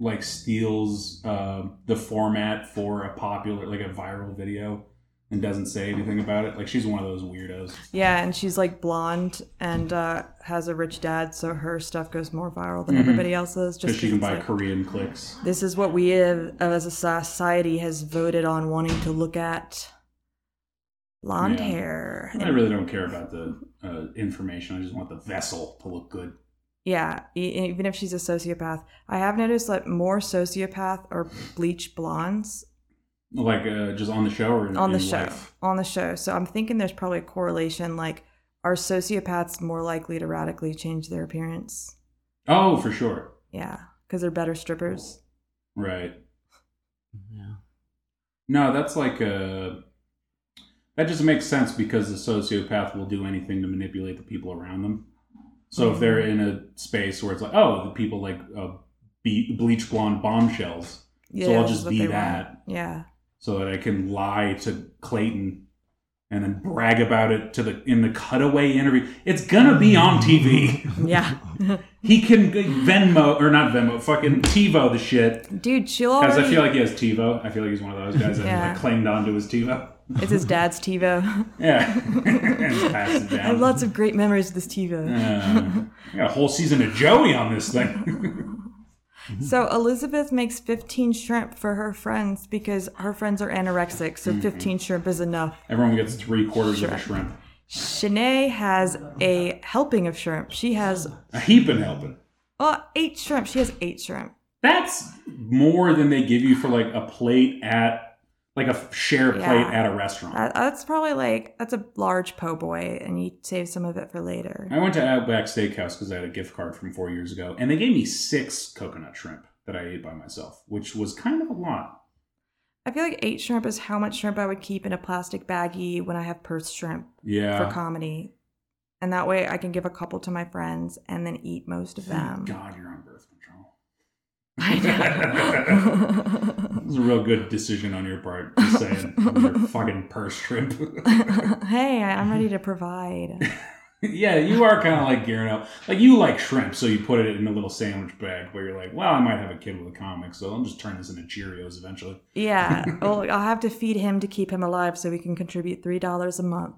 like steals uh, the format for a popular, like a viral video, and doesn't say anything about it. Like she's one of those weirdos. yeah, and she's like blonde and uh, has a rich dad, so her stuff goes more viral than Mhm. everybody else's. Because Just she 'cause can it's buy like, Korean clicks. this is what we have, as a society has voted on wanting to look at blonde Yeah. hair. I and- really don't care about the uh, information. I just want the vessel to look good. Yeah, e- even if she's a sociopath, I have noticed that more sociopath or bleach blondes Like uh, just on the show or in, on the in show. life? On the show, so I'm thinking there's probably a correlation. Like, are sociopaths more likely to radically change their appearance? Oh, for sure. Yeah, because they're better strippers. Right. Yeah. No, that's like a. That just makes sense because the sociopath will do anything to manipulate the people around them. So if they're in a space where it's like, oh, the people like uh, be- bleach blonde bombshells, Yeah, so I'll this is just what be they want. that, Yeah, so that I can lie to Clayton, and then brag about it to the in the cutaway interview. It's gonna be on TV. yeah, He can Venmo or not Venmo, fucking TiVo the shit. dude, she'll Because already. I feel like he has TiVo. I feel like he's one of those guys that Yeah. like, claimed onto his TiVo. it's his dad's TiVo. Yeah. Just pass it I down. have lots of great memories of this TiVo. Uh, I got a whole season of Joey on this thing. So Elizabeth makes 15 shrimp for her friends because her friends are anorexic, so Mm-hmm. 15 shrimp is enough. Everyone gets three quarters of a shrimp. Shanae has a helping of shrimp. She has A heapin' helping. oh, eight shrimp. She has eight shrimp. That's more than they give you for like a plate at like a share plate Yeah. at a restaurant. That, that's probably like that's a large po' boy, and you save some of it for later. I went to Outback Steakhouse because I had a gift card from four years ago, and they gave me six coconut shrimp that I ate by myself, which was kind of a lot. I feel like eight shrimp is how much shrimp I would keep in a plastic baggie when I have purse shrimp for Yeah. comedy, and that way I can give a couple to my friends and then eat most of them. God, you're on birth control. I know. It was a real good decision on your part. Just saying, with your fucking purse trip. hey, I- I'm ready to provide. yeah, you are kind of like gearing up. Like you like shrimp, so you put it in a little sandwich bag. But you're like, well, I might have a kid with a comic, so I'll just turn this into Cheerios eventually. Yeah. Well, I'll have to feed him to keep him alive so we can contribute $3 a month.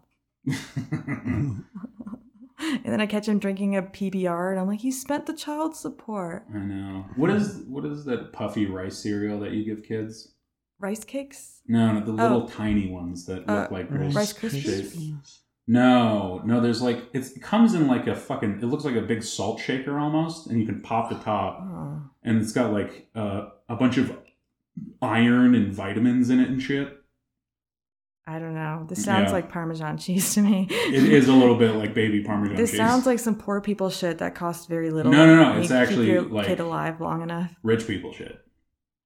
And then I catch him drinking a PBR and I'm like, you spent the child support. I know. What is what is that puffy rice cereal that you give kids? Rice cakes? No, no the little Oh. tiny ones that Uh, look like little Rice shapes. Krispies. No, no. There's like it's, it comes in like a fucking. It looks like a big salt shaker almost, and you can pop the top. Oh. and it's got like uh, a bunch of iron and vitamins in it and shit. I don't know. This sounds Yeah. like Parmesan cheese to me. It is a little bit like baby parmesan This cheese. sounds like some poor people shit that costs very little. No, no, no, You it's keep actually, your like- kid alive long enough. rich people shit.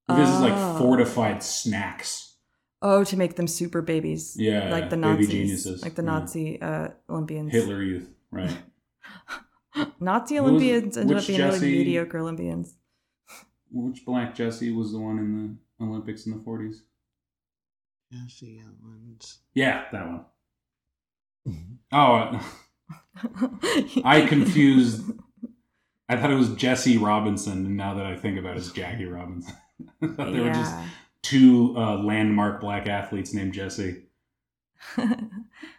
This is like Oh. fortified snacks. Oh, to make them super babies. Yeah, like the baby Nazis, geniuses. like the Yeah. Nazi uh, Olympians. Hitler youth, right? Nazi Who was- Olympians ended which up being Jesse- really mediocre Olympians. Which Black Jesse was the one in the Olympics in the forties? Jesse Owens. Yeah, that one. Oh, I confused. I thought it was Jesse Robinson, and now that I think about it, it's Jackie Robinson. I thought they were just yeah. two uh, landmark black athletes named Jesse. A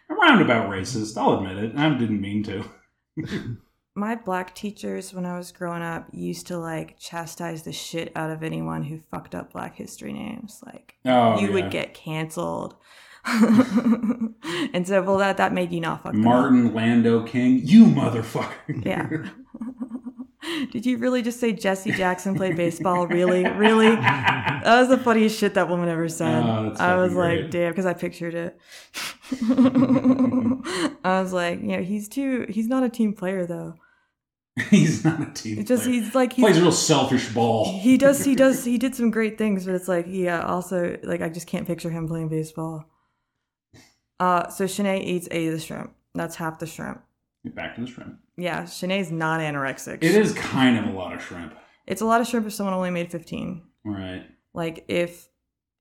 roundabout racist, I'll admit it. I didn't mean to. my black teachers when I was growing up used to like chastise the shit out of anyone who fucked up black history names. Like Oh, you yeah. would get canceled. and so well that that made you not fuck them up. Martin Lando King, you motherfucker. Yeah. Did you really just say Jesse Jackson played baseball? Really? Really? yeah. That was the funniest shit that woman ever said. Oh, that's I was fucking like, great. damn, because I pictured it. I was like, you know, he's too, he's not a team player though. He's not a team. It's just, player. he's like, He plays he's, a real selfish ball. he does, he does, he did some great things, but it's like, yeah, also, like, I just can't picture him playing baseball. Uh, so Shanae eats a of the shrimp. That's half the shrimp. Back to the shrimp. Yeah, Shanae's not anorexic. It is kind of a lot of shrimp. It's a lot of shrimp if someone only made 15. Right. like if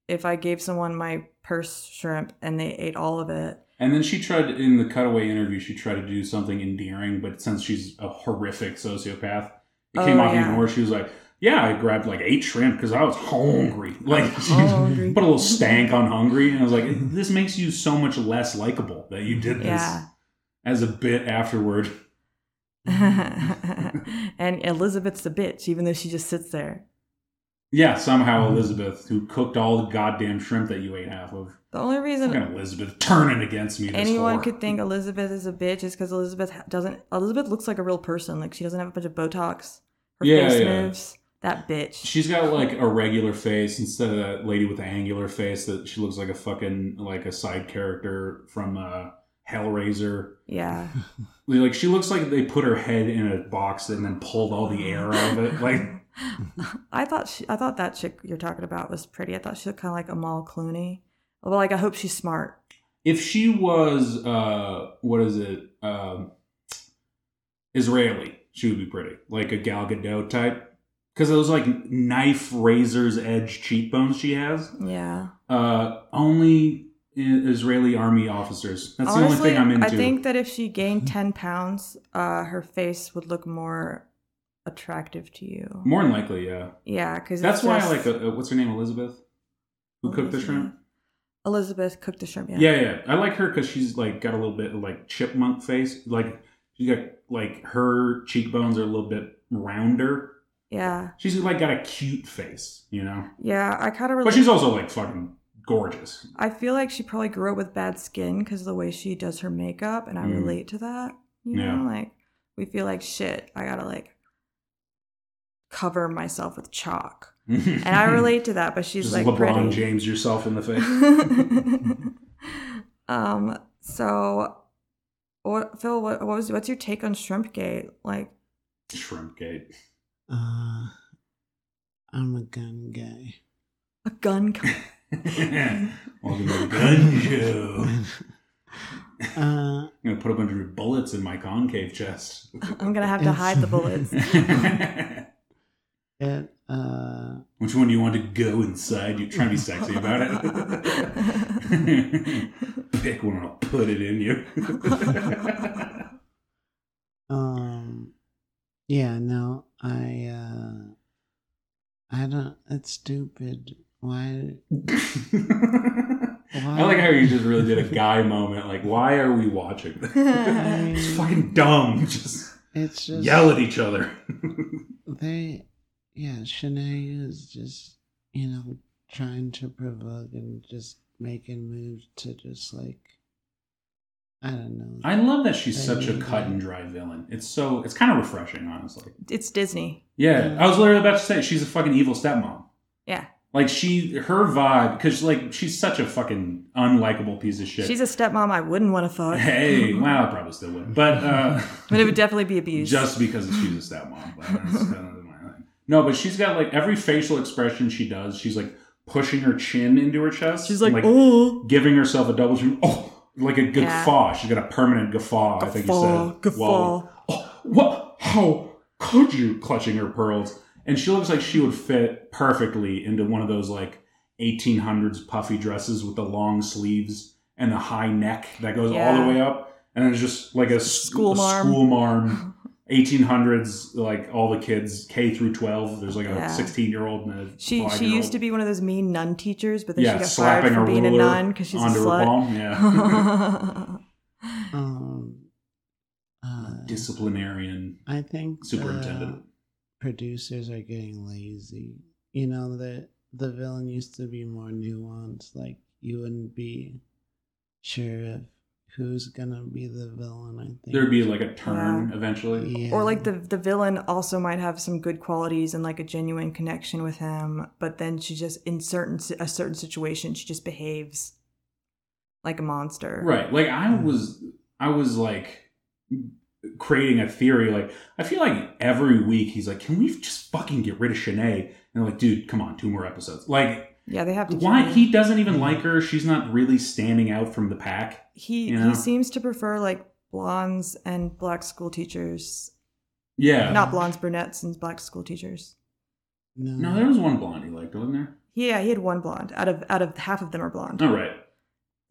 if i gave someone my purse shrimp and they ate all of it And then she tried in the cutaway interview. She tried to do something endearing, but since she's a horrific sociopath, it came Oh, off yeah. even worse. She was like, "Yeah, I grabbed like eight shrimp because I was hungry." Like she hungry. put a little stank on hungry, and I was like, "This makes you so much less likable that you did this Yeah. as a bit afterward." and elizabeth's the bitch even though she just sits there Yeah, somehow Mm-hmm. Elizabeth, who cooked all the goddamn shrimp that you ate half of, the only fucking reason Elizabeth turning against me. This anyone whore. could think elizabeth is a bitch is because elizabeth ha- doesn't elizabeth looks like a real person like she doesn't have a bunch of botox her Yeah, face yeah. moves that bitch She's got like a regular face instead of that lady with the angular face that she looks like a fucking like a side character from uh, Hellraiser. yeah Like she looks like they put her head in a box and then pulled all the air out of it. Like I thought she, I thought that chick you're talking about was pretty. I thought she looked kind of like Amal Clooney. Well, like I hope she's smart. if she was uh, what is it um, Israeli, she would be pretty like a Gal Gadot type. Because those like knife razor's edge cheekbones she has, Yeah. uh, only I- Israeli army officers. That's the only thing I'm into. I think that if she gained ten pounds, uh, her face would look more attractive to you. More than likely, yeah. Yeah, because That's why I like. uh uh what's her name, Elizabeth, who cooked the Elizabeth. shrimp. Elizabeth cooked the shrimp. Yeah. Yeah, yeah. I like her because she's like got a little bit of like chipmunk face. Like she got like her cheekbones are a little bit rounder. yeah, She's like got a cute face, you know. Yeah, I kind of But relate. she's also like fucking gorgeous. I feel like she probably grew up with bad skin because of the way she does her makeup, and I Mm. relate to that. You Yeah. know, like we feel like shit. I gotta like cover myself with chalk, and and I relate to that. But she's Just like LeBron pretty. James yourself in the face. um. So, what, Phil? What, what was? What's your take on Shrimpgate? Like, Shrimp gate. Uh, I'm a gun guy. a gun? Com- Welcome to the gun show. I'm uh, gonna put a bunch of bullets in my concave chest. I'm gonna have to hide the bullets. it, uh, Which one do you want to go inside? You're trying to be sexy about it. Pick one, I'll put it in you. um, yeah, no, I, uh, I don't, it's stupid. Why, why? I like how you just really did a guy moment. Like, why are we watching this? it's fucking dumb. Just, It's just, yell at each other. they, yeah, Shanae is just, you know, trying to provoke and just making moves to just like, I don't know. I love that she's such a cut and dry villain. It's so it's kind of refreshing, honestly. it's Disney. Yeah, I was literally about to say she's a fucking evil stepmom. Yeah. Like she, her vibe, because like she's such a fucking unlikable piece of shit. She's a stepmom. I wouldn't want to fuck. hey, well, I probably still would, but uh, But it would definitely be abuse. just because she's a stepmom, but that's kind of my thing. No, but she's got like every facial expression she does. She's like pushing her chin into her chest. She's like, and, oh, giving herself a double chin. Oh, like a Yeah. guffaw. She's got a permanent guffaw. I think guffaw, you said guffaw. While- oh, what? How could you? Clutching her pearls, and she looks like she would fit perfectly into one of those like 1800s puffy dresses with the long sleeves and the high neck that goes all Yeah. the way up, and it's just like a School school marm. school marm. 1800s, like all the kids K through 12. There's like Yeah. a 16 year old and a She she 5-year-old. used to be one of those mean nun teachers, but then yeah she got fired slapping for a being a ruler nun because she's a onto her slut. palm. Yeah. um, Uh, disciplinarian I think superintendent. uh, producers are getting lazy. You know the the villain used to be more nuanced. Like you wouldn't be sure of who's gonna be the villain. I think There'd be like a turn Yeah. eventually. Yeah. Or like the the villain also might have some good qualities and like a genuine connection with him, but then she just in certain si- a certain situation she just behaves like a monster. Right. Like I Mm-hmm. was I was like creating a theory like I feel like every week he's like, Can we just fucking get rid of Shanae? And they're like, dude, come on, two more episodes. Like Yeah, they have to. why keep it. he doesn't even like Mm-hmm. her, she's not really standing out from the pack. he you know? he seems to prefer like blondes and black school teachers, Yeah. not blondes, brunettes, and black school teachers. no, No, there was one blonde he liked, wasn't there? Yeah, he had one blonde out of out of half of them are blonde. All right.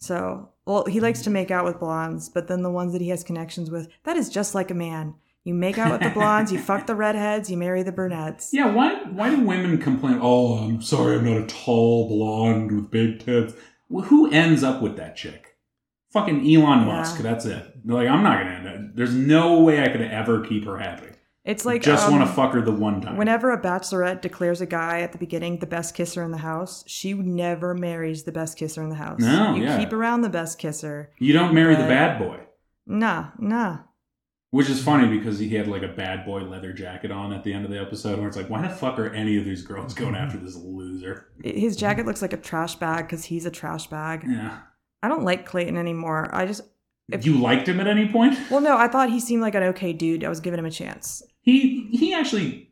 So, well, he likes to make out with blondes, but then the ones that he has connections with, that is just like a man. You make out with the blondes, you fuck the redheads, you marry the brunettes. Yeah, why why do women complain, Oh, I'm sorry I'm not a tall blonde with big tits? Well, who ends up with that chick? Fucking Elon Yeah. Musk, that's it. They're like, I'm not gonna end up. There's no way I could ever keep her happy. It's Like like just um, wanna fuck her the one time. Whenever a bachelorette declares a guy at the beginning the best kisser in the house, she never marries the best kisser in the house. No, you yeah. keep around the best kisser. you don't marry the Right. bad boy. Nah, nah. Which is funny because he had like a bad boy leather jacket on at the end of the episode where it's like, why the fuck are any of these girls going after this loser? His jacket looks like a trash bag because he's a trash bag. Yeah. I don't like Clayton anymore. I just, If- you liked him at any point? well, no, I thought he seemed like an okay dude. I was giving him a chance. He he actually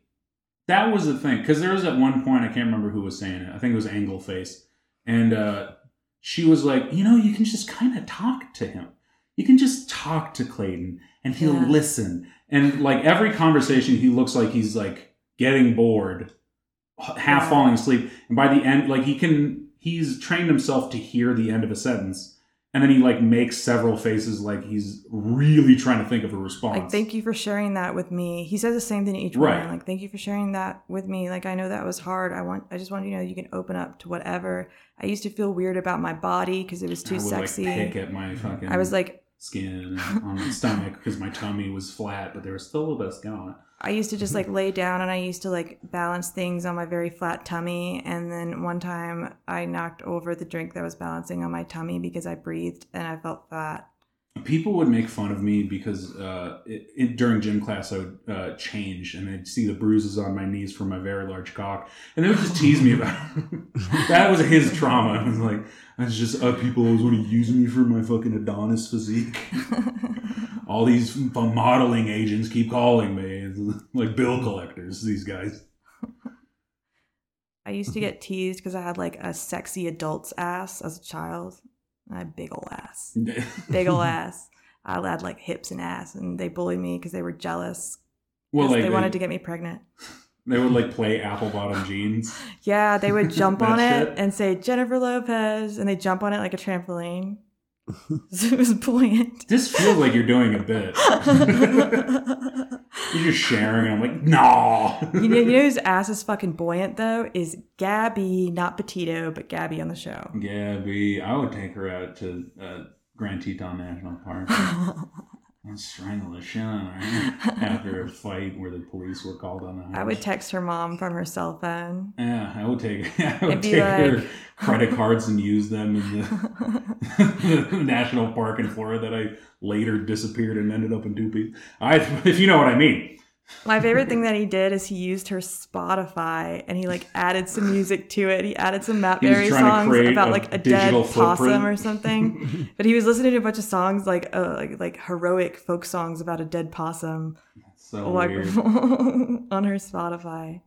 that was the thing because there was at one point I can't remember who was saying it. I think it was Angleface, and uh, she was like, you know, you can just kind of talk to him. You can just talk to Clayton, and he'll Yeah. listen. And like every conversation, he looks like he's like getting bored, h- half Yeah. falling asleep. And by the end, like he can he's trained himself to hear the end of a sentence. And then he like makes several faces like he's really trying to think of a response. Like, thank you for sharing that with me. He says the same thing to each Right. woman. Like, thank you for sharing that with me. Like, I know that was hard. I want, I just want you to know you can open up to whatever. I used to feel weird about my body because it was too I would, sexy. Like, pick at my fucking I was like, skin on my stomach because my tummy was flat, but there was still a little bit of skin on it. I used to just like lay down and I used to like balance things on my very flat tummy. And then one time I knocked over the drink that was balancing on my tummy because I breathed and I felt fat. People would make fun of me because uh, it, it, during gym class I would uh, change and I'd see the bruises on my knees from my very large cock, and they would just tease me about. it. that was his trauma. I was like, I was just uh, people always want to use me for my fucking Adonis physique. All these f- modeling agents keep calling me, It's like bill collectors. These guys. I used to get teased because I had like a sexy adult's ass as a child. I had big ol' ass. big ol' ass. I had like hips and ass, and they bullied me because they were jealous well, 'cause like they, wanted to get me pregnant. They would like play apple bottom jeans. Yeah, they would jump on That it shit. and say Jennifer Lopez, and they jump on it like a trampoline. it was buoyant. This feels like you're doing a bit. you're just sharing, and I'm like, no. you know, you know whose ass is fucking buoyant though is Gabby, not Petito, but Gabby on the show. Gabby, I would take her out to uh, Grand Teton National Park and strangle the shit out of her after a fight where the police were called on the house. I would text her mom from her cell phone. yeah, I would take. I would It'd be take her like- credit cards and use them in the, the national park in Florida that I later disappeared and ended up in Dupe. I, if you know what I mean. My favorite thing that he did is he used her Spotify and he like added some music to it. He added some Matt He was Berry trying to songs create about a like a dead digital possum footprint. or something. but he was listening to a bunch of songs like uh, like, like heroic folk songs about a dead possum So like, Oh, weird. on her Spotify.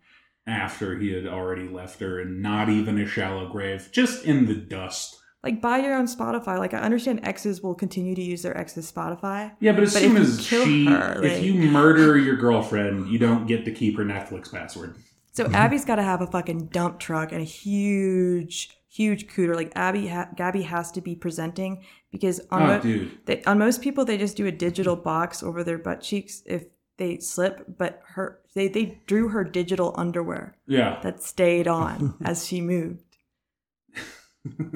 after he had already left her and not even a shallow grave, just in the dust. Like buy your own Spotify. Like I understand exes will continue to use their ex's Spotify. Yeah, but as But if soon you as kill she, her, if like- you murder your girlfriend, you don't get to keep her Netflix password. So Mm-hmm. Abby's got to have a fucking dump truck and a huge, huge cooter. Like Abby, ha- Gabby has to be presenting because on oh, mo- dude, they, on most people they just do a digital box over their butt cheeks if they slip. But her, they they drew her digital underwear yeah. that stayed on as she moved.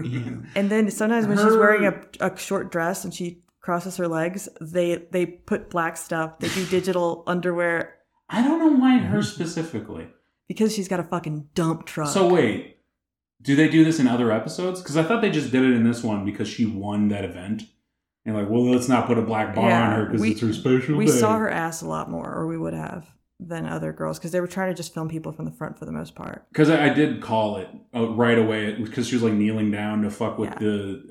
Yeah. And then sometimes when she's Her- wearing a, a short dress and she crosses her legs. They they put black stuff. They do digital underwear I don't know why her specifically. because she's got a fucking dump truck. So wait, do they do this in other episodes? Because I thought they just did it in this one because she won that event. And like, well, let's not put a black bar Yeah, on her because we- it's her special we day. saw her ass a lot more, or we would have than other girls because they were trying to just film people from the front for the most part. Because I, I did call it uh, right away because she was like kneeling down to fuck with Yeah. the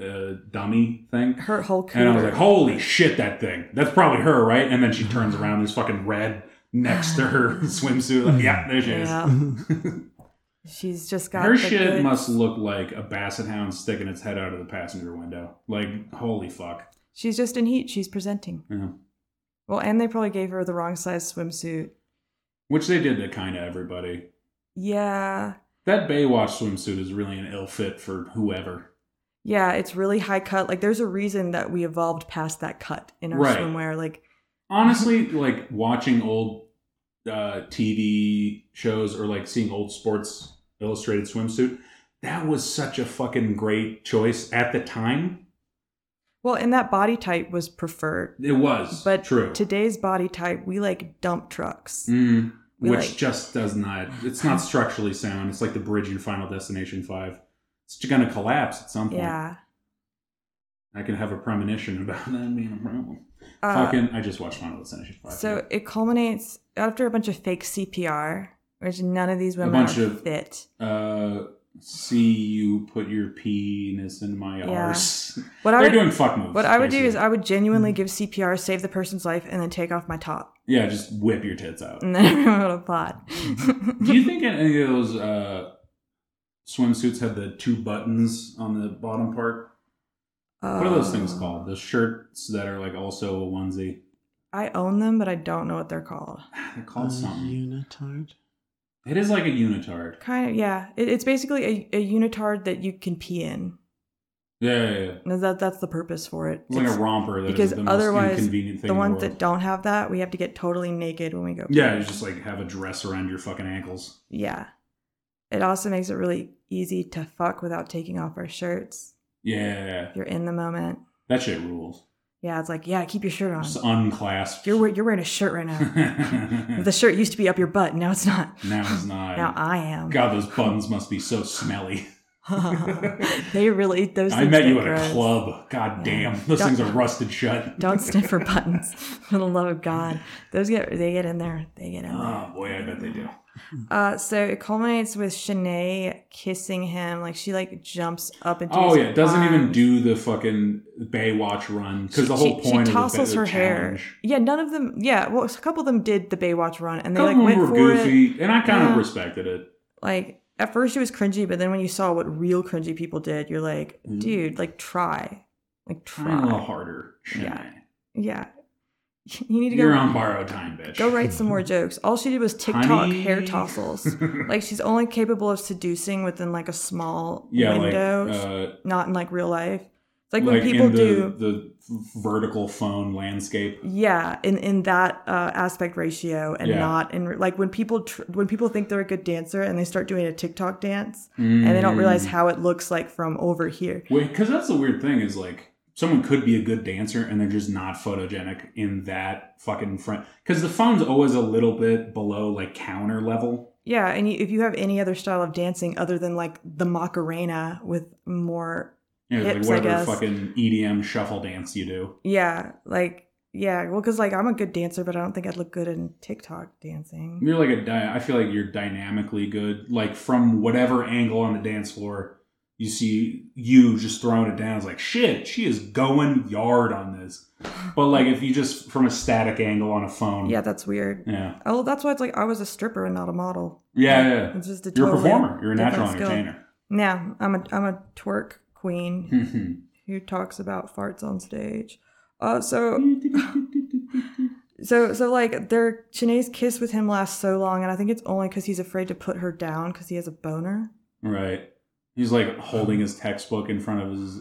uh, dummy thing. Her whole cooter. And I was like, holy shit, that thing. That's probably her, right? And then she turns around, there's fucking red next to her swimsuit. Like, yeah, there she yeah, is. she's just got her the shit good- must look like a basset hound sticking its head out of the passenger window. Like, holy fuck. She's just in heat. She's presenting. Yeah. Well, and they probably gave her the wrong size swimsuit. Which they did to kind of everybody. Yeah. That Baywatch swimsuit is really an ill fit for whoever. Yeah, it's really high cut. Like there's a reason that we evolved past that cut in our Right. swimwear. Like honestly like watching old uh, tv shows or like seeing old sports illustrated swimsuit that was such a fucking great choice at the time well, and that body type was preferred. it was But true Today's body type, we like dump trucks. Mm, We which like- just does not it's not structurally sound it's like the bridge in final destination 5 it's gonna collapse at some point Yeah. i can have a premonition about that being a problem Uh, fucking i just watched final destination 5 so it culminates after a bunch of fake CPR, which none of these women bunch are of- fit. uh see you put your penis in my Yeah. arse What I They're would doing fuck moves. what I would do is basically. Mm-hmm. I would genuinely give CPR, save the person's life, and then take off my top, yeah, just whip your tits out. and then everyone would applaud. do you think any of those uh, swimsuits had the two buttons on the bottom part? What are those things Um, called? The shirts that are like also a onesie. Ah, I own them, but I don't know what they're called. They're called Uh, something. Unitard. It is like a unitard. Kind of, yeah. It, it's basically a, a unitard that you can pee in. Yeah, yeah, yeah. No, That that's the purpose for it. It's like It's a romper that is because the most otherwise, inconvenient thing the in ones the world. that don't have that, we have to get totally naked when we go. yeah, you just like have a dress around your fucking ankles. yeah. It also makes it really easy to fuck without taking off our shirts. Yeah, You're in the moment. that shit rules. Yeah, it's like yeah, keep your shirt on. Just unclasped. You're we- you're wearing a shirt right now. the shirt used to be up your butt, now it's not. now it's not. Now I am. God, those buttons must be so smelly. they really those. I things met you get at a gross. club. God Yeah. damn, those Don't- things are rusted shut. Don't sniff for buttons. For the love of God, those get they get in there. They get in Oh there. boy, I bet they do. Uh, so it culminates with Shanae kissing him. Like she like jumps up into. Oh his yeah, it doesn't even arms. do the fucking Baywatch run because the She- whole point she of the, ba- tousles the her hair. challenge. Yeah, none of them. Yeah, well, a couple of them did the Baywatch run, and A they couple like of them went were for it. goofy, and I kind of Yeah. respected it. Like at first it was cringy, but then when you saw what real cringy people did, you're like, Mm. dude, like try, like Try a little try. harder. Yeah. Yeah. Yeah, you need to You're go on borrowed time, bitch. go write some more jokes. All she did was TikTok hair Honey. tousles. like she's only capable of seducing within like a small yeah, window, like uh, not in like real life. It's like, like, when people in the, do, the vertical phone landscape. yeah, in in that uh, aspect ratio, and Yeah. not in re- like when people tr- when people think they're a good dancer and they start doing a TikTok dance and they don't Mm. realize how it looks like from over here. Wait, because that's the weird thing is like someone could be a good dancer and they're just not photogenic in that fucking front. Because the phone's always a little bit below like counter level. Yeah, and you, if you have any other style of dancing other than like the Macarena with more You know, Hips, I like whatever guess. fucking EDM shuffle dance you do. Yeah, like yeah, well, because like I'm a good dancer, but I don't think I'd look good in TikTok dancing. You're like a dy I feel like you're dynamically good. Like from whatever angle on the dance floor, you see you just throwing it down. It's like shit. She is going yard on this. But like if you just from a static angle on a phone, Yeah, that's weird. yeah, Oh, that's why it's like I was a stripper and not a model. yeah, yeah. It's just a You're a totally performer. You're a different natural skill. entertainer. Yeah, I'm a I'm a twerk queen Mhm. who talks about farts on stage. Uh, so so so like their Shanae's kiss with him lasts so long, and I think it's only because he's afraid to put her down because he has a boner. right. He's like holding his textbook in front of his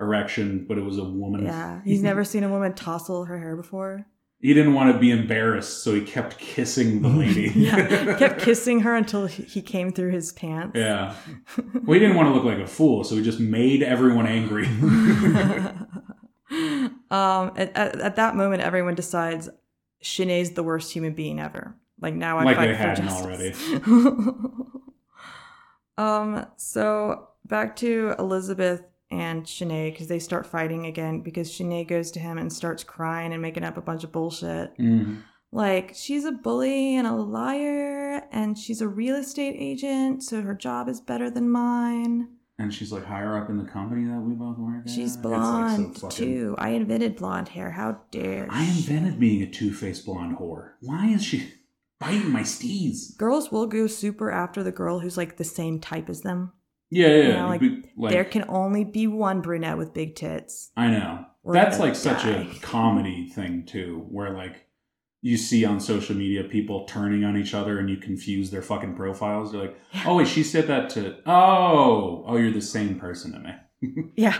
erection, but it was a woman. Yeah, he's never seen a woman tousle her hair before. He didn't want to be embarrassed, so he kept kissing the lady. Yeah, kept kissing her until he he came through his pants. Yeah. We didn't want to look like a fool, so we just made everyone angry. um, Um, at, at, at that moment, everyone decides Shanae's the worst human being ever. Like now, I Like fight they for hadn't justice. um. So back to Elizabeth and Shanae because they start fighting again because Shanae goes to him and starts crying and making up a bunch of bullshit. Mhm. Like she's a bully and a liar, and she's a real estate agent, so her job is better than mine. And she's like higher up in the company that we both work at. She's It's, like, so blonde fucking- too. I invented blonde hair. How dare I she? invented being a two faced blonde whore. Why is she biting my steez? Girls will go super after the girl who's like the same type as them. Yeah, yeah, You yeah. know, like, Be- like, there can only be one brunette with big tits. I know. We're That's gonna like such a die. comedy thing too, where like you see on social media people turning on each other and you confuse their fucking profiles. You're like, Yeah. oh wait, she said that to oh, oh, you're the same person to me. Yeah.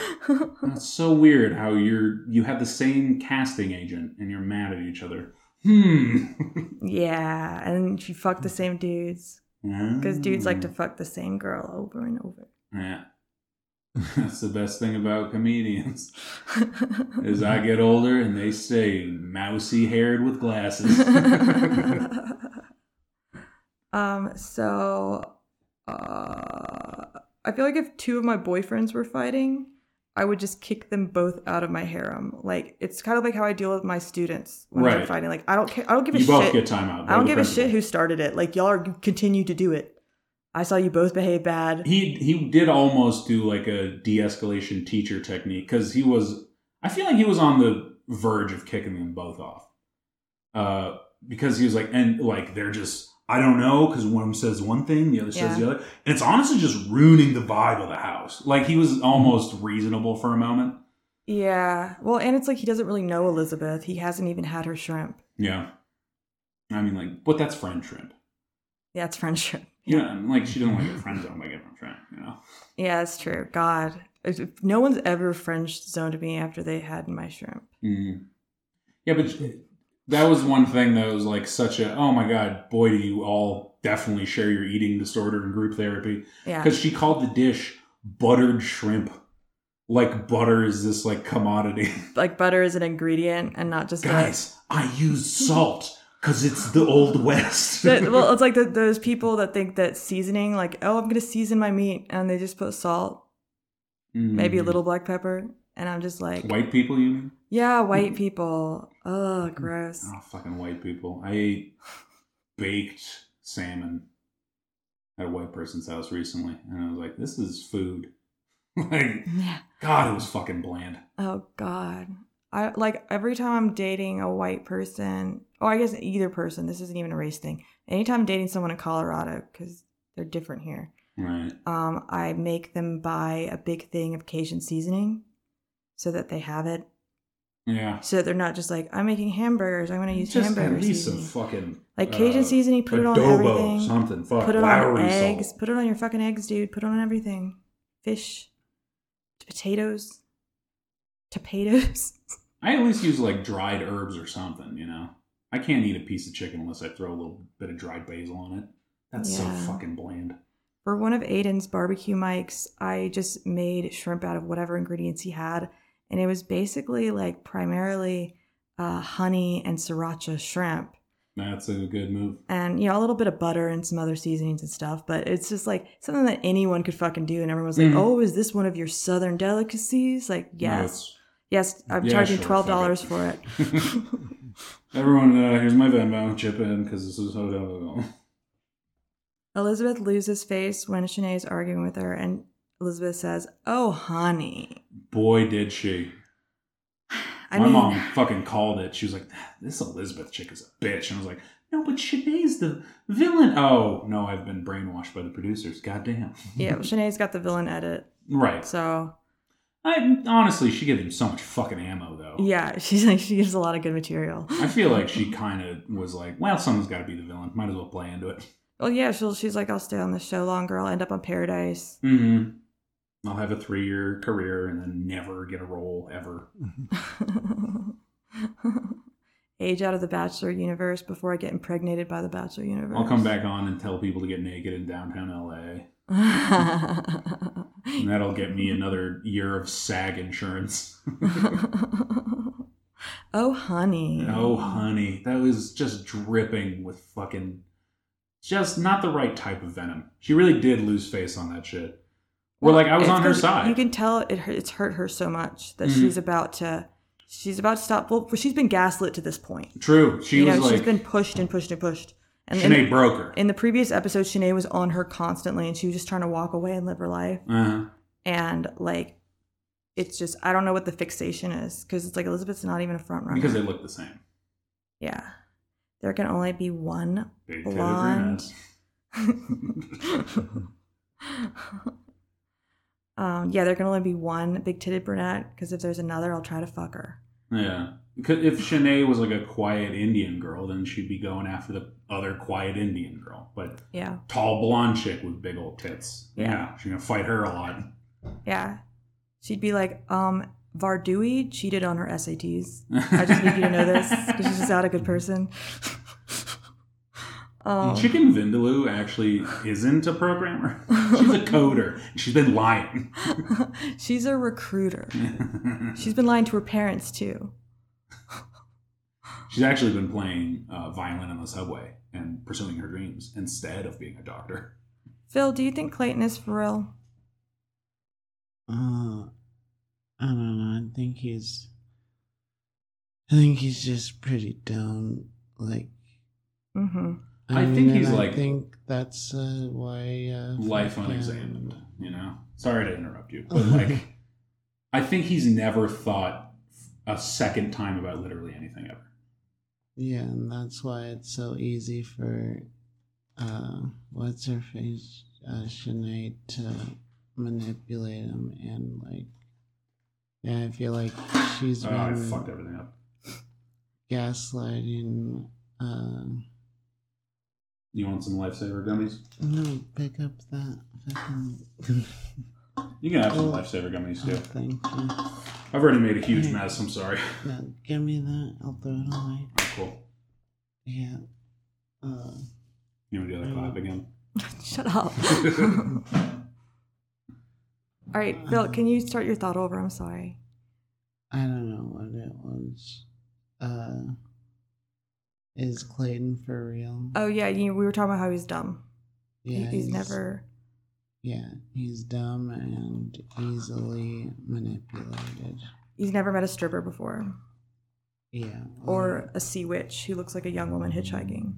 That's so weird how you're you have the same casting agent and you're mad at each other. Hmm. yeah. And she fucked the same dudes. Because dudes like to Mm. fuck the same girl over and Hmm. Yeah. That's the best thing about comedians. over. As I get older and they stay mousy haired with glasses. um, so uh, I feel like if two of my boyfriends were fighting, I would just kick them both out of my harem. Like it's kind of like how I deal with my students when they're Right. fighting. Like I don't care. I don't give a you both shit. get time out. I don't Go give to the a shit principal. who started it. Like y'all are, continue to do it. I saw you both behave bad. He he did almost do like a de escalation teacher technique because he was I feel like he was on the verge of kicking them both off. Uh because he was like and like they're just I don't know because one of them says one thing, the other says Yeah. the other. And it's honestly just ruining the vibe of the house. Like he was almost reasonable for a moment. yeah. Well, and it's like he doesn't really know Elizabeth. He hasn't even had her shrimp. Yeah. I mean, like, but that's friend shrimp. Yeah, it's friendship. Yeah, and, like she doesn't like her friends don't like it from shrimp, you know. Yeah, that's true. God, If- if no one's ever French zoned me after they had my shrimp. Mm. Yeah, but that was one thing that was like such a oh my god, boy, do you all definitely share your eating disorder in group therapy Yeah, because she called the dish buttered shrimp, like butter is this like commodity, like butter is an ingredient and not just guys. I use salt because it's the old west. A, That- well, it's like the, those people that think that seasoning, like, oh, I'm gonna season my meat, and they just put salt, Mm. maybe a little black pepper, and I'm just like, white people, you mean? yeah, white people. Oh, gross. Oh, fucking white people. I ate baked salmon at a white person's house recently, and I was like, this is food. like, Yeah. God, it was fucking bland. Oh God. I like every time I'm dating a white person, or I guess either person. This isn't even a race thing. Anytime I'm dating someone in Colorado, because they're different here. Right. um, I make them buy a big thing of Cajun seasoning so that they have it. Yeah. So that they're not just like, I'm making hamburgers, I'm going to use Just hamburger at least some seasoning. fucking like Cajun uh, seasoning, put it on adobo, everything. something. Fuck, put it on Lowry eggs. salt. Put it on your fucking eggs, dude. Put it on everything. Fish, potatoes, potatoes. I at least use like dried herbs or something. You know, I can't eat a piece of chicken unless I throw a little bit of dried basil on it. That's Yeah. so fucking bland. For one of Aiden's barbecue mics, I just made shrimp out of whatever ingredients he had. And it was basically like primarily uh, honey and sriracha shrimp. That's a good move. and you know a little bit of butter and some other seasonings and stuff but it's just like something that anyone could fucking do and everyone was like Mhm. oh is this one of your southern delicacies like yes That's- yes i'm Yeah, charging sure, $12 for fuck it Everyone, uh, here's my Venmo. Chip in because this is how. elizabeth loses face when Shanae is arguing with her and elizabeth says oh honey Boy, did she! i my mean mom fucking called it. She was like, "This Elizabeth chick is a bitch," and I was like, "No, but Sinead's the villain." Oh no, I've been brainwashed by the producers. Goddamn. yeah well, Shanae's got the villain edit Right. so I honestly, she gave him so much fucking ammo though. yeah she's like she gives a lot of good material I feel like she kind of was like, "Well, someone's got to be the villain. Might as well play into it." well yeah she'll, she's like i'll stay on this show longer i'll end up on paradise Mm-hmm. I'll have a three-year career and then never get a role ever. Age out of the Bachelor universe before I get impregnated by the Bachelor universe. I'll come back on and tell people to get naked in downtown LA. And that'll get me another year of SAG insurance. oh, honey. Oh, honey. That was just dripping with fucking. Just not the right type of venom. She really did lose face on that shit. Well, like I was It's on her 'cause side. You can tell it. hurt- It's hurt her so much that Mhm. she's about to. She's about to stop. Well, she's been gaslit to this point. True. She you was know, like she's been pushed and pushed and pushed. And in, Sinead broker. in the previous episode, Shanae was on her constantly, and she was just trying to walk away and live her life. Uh-huh. And like, it's just I don't know what the fixation is because it's like Elizabeth's not even a front runner. Because they look the same. yeah, there can only be one. Big titted Blonde. brunettes. um, yeah, there can only be one big titted brunette because if there's another, I'll try to fuck her. Yeah. 'Cause If Shanae was like a quiet Indian girl, then she'd be going after the other quiet Indian girl. But Yeah, tall blonde chick with big old tits. Yeah. She's going to fight her a lot. yeah. She'd be like, um, Vardui cheated on her SATs. I just need you to know this because she's just not a good person. um, Chicken Vindaloo actually isn't a programmer. She's a coder. She's been lying. she's a recruiter. She's been lying to her parents too. She's actually been playing uh, violin on the subway and pursuing her dreams instead of being a doctor. Phil, do you think Clayton is for real? Uh, I don't know. I think he's. I think he's just pretty down. Like Mm-hmm. I think and he's I like- think that's uh, why. Uh, Life fucking- unexamined, you know? Sorry to interrupt you, but like, I think he's never thought a second time about literally anything ever. Yeah, and that's why it's so easy for, uh, what's her face, uh, Sinead to manipulate him and like. Yeah, I feel like she's Oh, I been fucked everything up. gaslighting. Uh, You want some lifesaver gummies? no, pick up that fucking. You can have some Oh. lifesaver gummies Oh, too. thank you. I've already made a huge mess. I'm sorry. Yeah, give me that. I'll throw it away. Cool. Yeah. Uh, You want to do that clap again? Shut up. All right, Phil, can you start your thought over? I'm sorry. I don't know what it was. Uh, is Clayton for real? Oh yeah, you, we were talking about how he's dumb. He- he's, never. Yeah, he's dumb and easily manipulated. He's never met a stripper before, Yeah. or a sea witch who looks like a young woman hitchhiking.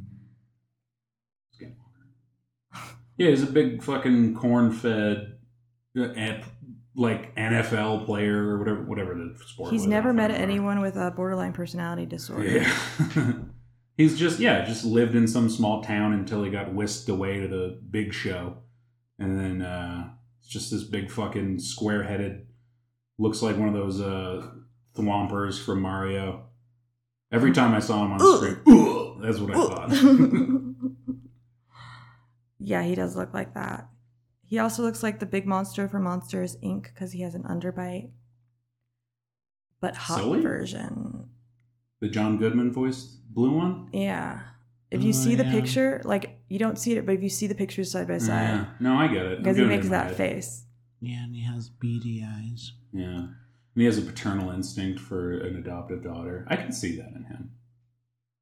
Yeah, he's a big fucking corn-fed, uh, ant- like NFL player or whatever, whatever the sport. He's was. never I met don't anyone with a borderline personality disorder. remember. Yeah. he's just yeah, just lived in some small town until he got whisked away to the big show, and then uh, it's just this big fucking square-headed, looks like one of those uh, thwompers from Mario. Every time I saw him on the Ugh. street, "Ugh," that's what I thought. yeah, he does look like that. He also looks like the big monster from Monsters Inc. because he has an underbite, but hot Sully? version. the John Goodman voiced blue one. Yeah. If you Oh, see the yeah. picture, like you don't see it, but if you see the pictures side by Yeah. side, No, I get it. I'm because he doing it makes in my that head. face. Yeah, and he has beady eyes. Yeah. And he has a paternal instinct for an adoptive daughter. I can see that in him.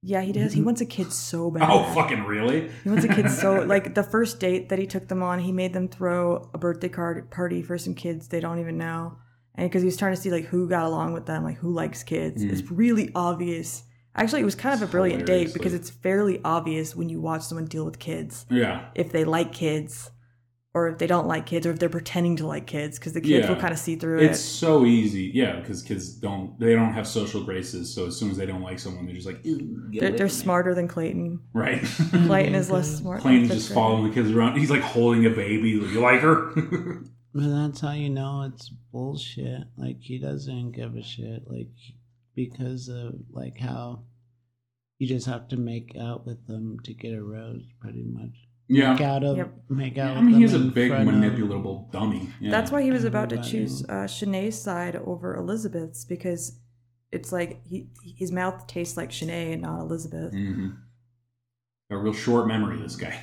Yeah, he does. He wants a kid so bad. Oh, fucking really? He wants a kid so like the first date that he took them on, he made them throw a birthday card party for some kids they don't even know, and because he was trying to see like who got along with them, like who likes kids. Mm. It's really obvious. Actually, it was kind of a It's brilliant date hilarious, because like- it's fairly obvious when you watch someone deal with kids Yeah. if they like kids, or if they don't like kids, or if they're pretending to like kids because the kids Yeah. will kind of see through It's it. so easy. Yeah, because kids don't, they don't have social graces. So as soon as they don't like someone, they're just like, "Ew, get They're, away they're from me." smarter than Clayton. Right. Clayton is less Mhm. smart. than Clayton's fifth just grader. following the kids around. He's like holding a baby. Like, you like her? But that's how you know it's bullshit. Like he doesn't give a shit. Like because of like how you just have to make out with them to get a rose, pretty much. Make yeah. out of Yep. make out. I with mean, them he's a in big front of- manipulable dummy. Yeah. That's why he was about to Everybody. choose uh, Shanae's side over Elizabeth's because it's like he his mouth tastes like Mm. Mm-hmm. Shanae and not Elizabeth. Mhm. Got A real short memory, this guy.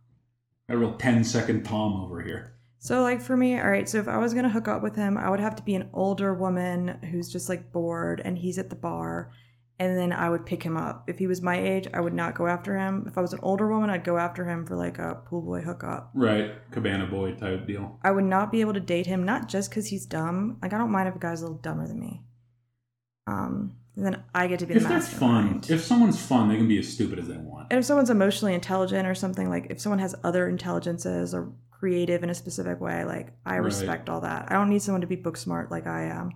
a real 10 second palm over here. So, like for me, all right, so if I was going to hook up with him, I would have to be an older woman who's just like bored and he's at the bar. And then I would pick him up. If he was my age, I would not go after him. If I was an older woman, I'd go after him for like a pool boy hookup. Right. Cabana boy type deal. I would not be able to date him, not just because he's dumb. Like, I don't mind if a guy's a little dumber than me. Um, and then I get to be the If they're fun, mastermind. if someone's fun, they can be as stupid as they want. and if someone's emotionally intelligent or something like if someone has other intelligences or creative in a specific way like i Right. respect all that i don't need someone to be book smart like i am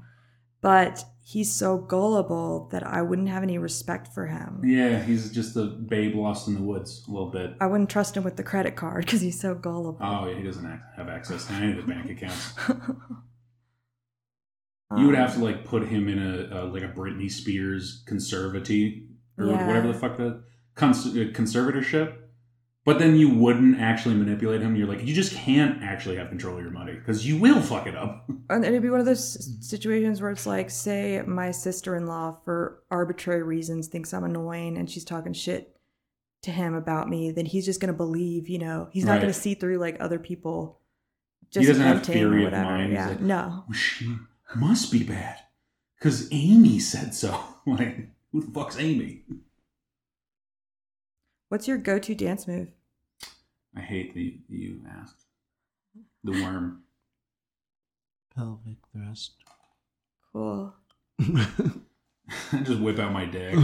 but he's so gullible that i wouldn't have any respect for him Yeah, he's just a babe lost in the woods a little bit. i wouldn't trust him with the credit card because he's so gullible Oh, yeah, he doesn't ac- have access to any of the bank accounts. You Um, would have to like put him in a, a like a Britney Spears conservati or Yeah. whatever the fuck the cons- uh, conservatorship. But then you wouldn't actually manipulate him. You're like, you just can't actually have control of your money because you will fuck it up. and it'd be one of those s- Mm. situations where it's like say my sister-in-law for arbitrary reasons thinks i'm annoying and she's talking shit to him about me then he's just going to believe you know he's not going Right. to see through like other people He just doesn't have venting or theory of whatever mind. He's yeah like- no Well, she must be bad because Amy said so. like, who the fuck's Amy? what's your go-to dance move I hate that you asked. The worm. Pelvic thrust. cool I just whip out my dick.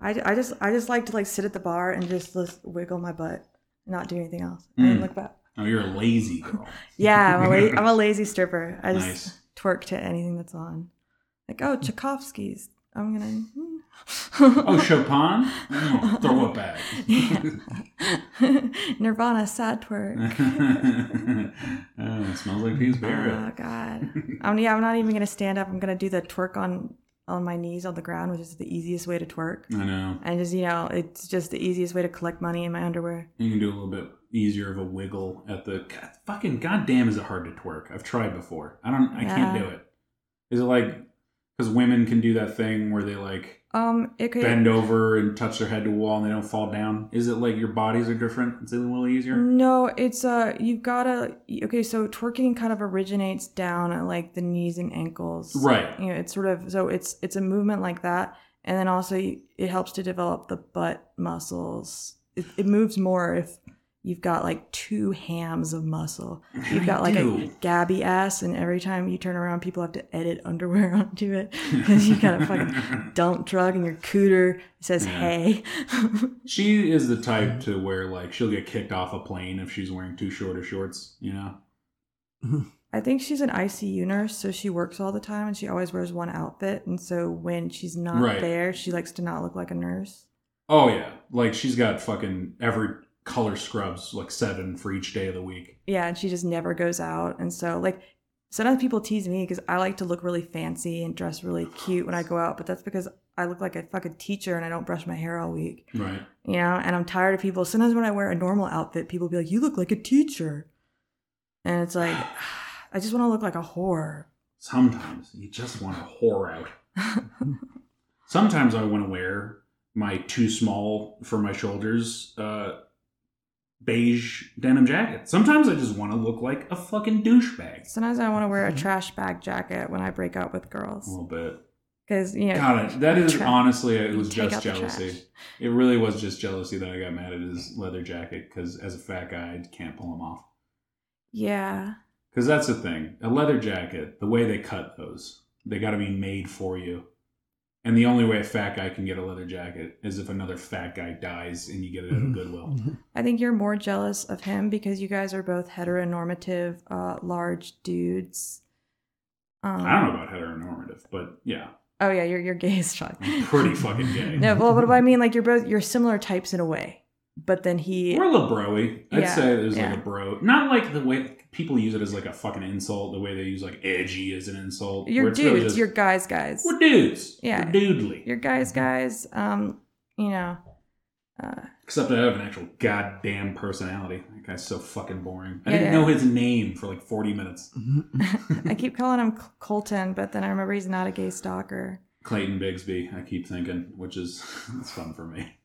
I, I just i just like to like sit at the bar and just, just wiggle my butt not do anything else and Mm. look back oh, you're a lazy girl. yeah I'm a, la- I'm a lazy stripper i just Nice. Hmm. twerk to anything that's on like oh tchaikovsky's i'm gonna hmm. Oh, Chopin? No, throw it back. Nirvana sad twerk. oh, it smells like peas Oh berry. god. I'm yeah, I'm not even gonna stand up. I'm gonna do the twerk on on my knees on the ground, which is the easiest way to twerk. I know. And just you know, it's just the easiest way to collect money in my underwear. You can do a little bit easier of a wiggle at the God, fucking goddamn is it hard to twerk? I've tried before. I don't. I can't Yeah. do it. Is it like because women can do that thing where they like Um it could bend over and touch their head to a wall and they don't fall down? Is it like your bodies are different? It's a little easier. No, it's uh you've gotta okay, so twerking kind of originates down at like the knees and ankles. Right. You know, it's sort of so it's it's a movement like that. And then also you- it helps to develop the butt muscles. It, it moves more if you've got like two hams of muscle. You've got like a do. gabby ass, and every time you turn around, people have to edit underwear onto it because you got a fucking dump truck and your cooter says Yeah. "Hey." She is the type to where like she'll get kicked off a plane if she's wearing too short of shorts. You know. I think she's an ICU nurse, so she works all the time, and she always wears one outfit. And so when she's not Right. there, she likes to not look like a nurse. Oh yeah, like she's got fucking every color scrubs, like seven for each day of the week. Yeah, and she just never goes out. And so, like, sometimes people tease me because I like to look really fancy and dress really cute when I go out, but that's because I look like a fucking teacher and I don't brush my hair all week, Right. you know? And I'm tired of people. Sometimes when I wear a normal outfit, people be like, You look like a teacher. And it's like, I just want to look like a whore. Sometimes you just want to whore out. Sometimes I want to wear my too small for my shoulders uh, beige denim jacket. Sometimes I just want to look like a fucking douchebag. Sometimes I want to wear a trash bag jacket when I break up with girls A little bit. because, you know, God, that is Tra- honestly, it was Take just out the jealousy. trash. It really was just jealousy that I got mad at his leather jacket because as a fat guy, I can't pull him off. yeah. Because that's the thing. A leather jacket, the way they cut those, they got to be made for you. And the only way a fat guy can get a leather jacket is if another fat guy dies and you get it at a Mm-hmm. Goodwill. I think you're more jealous of him because you guys are both heteronormative, uh, large dudes. Um, I don't know about heteronormative, but yeah, Oh yeah, your your gay is strong. I'm pretty fucking gay. no, well, but what I mean, like you're both you're similar types in a way, but then he We're a little broy. I'd Yeah, say there's yeah. like a bro. Not like the way people use it as like a fucking insult, the way they use like edgy as an insult. you're where dudes, it's really just, you're guys, guys, We're Mm-hmm. dudes. Yeah. We're doodly. you're guys, guys. Um, you know, uh, Except I have an actual goddamn personality. That guy's so fucking boring. I Yeah, didn't yeah. know his name for like 40 minutes. I keep calling him Cl- Colton, but then I remember he's not a gay stalker. Clayton Bigsby, I keep thinking, which is it's fun for me.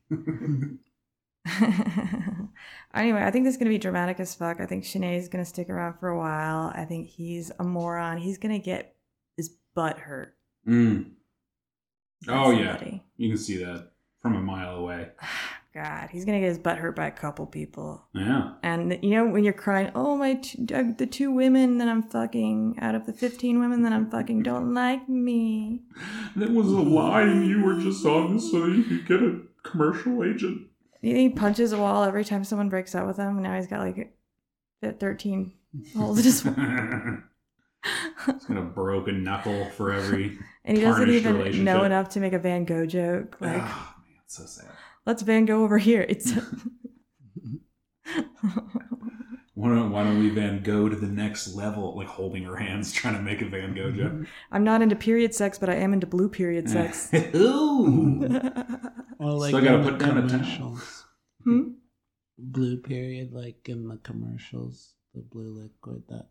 I Anyway, I think this is going to be dramatic as fuck. I think Shanae is going to stick around for a while. I think he's a moron. He's going to get his butt hurt. Mm, by Oh, yeah. somebody. you can see that from a mile away. God, he's going to get his butt hurt by a couple people. Yeah. And you know when you're crying, oh my, two, uh, the two women that I'm fucking out of the 15 women that I'm fucking don't like me. That was a lie you were just on so that you could get a commercial agent. You think he punches a wall every time someone breaks up with him. and Now he's got like a- 13 holes in his wall. It's got a broken knuckle for every. and he doesn't Tarnished even know relationship. enough to make a Van Gogh joke. Like, Ah, man, so sad. let's Van Gogh over here. It's Why don't, why don't we Van Gogh to the next level? Like holding her hands, trying to make a Van Gogh joke. I'm not into period sex, but I am into blue period sex. Ooh. hmm? Or like Still gotta in the put down a towel. commercials. Blue period, like in the commercials, the blue liquid that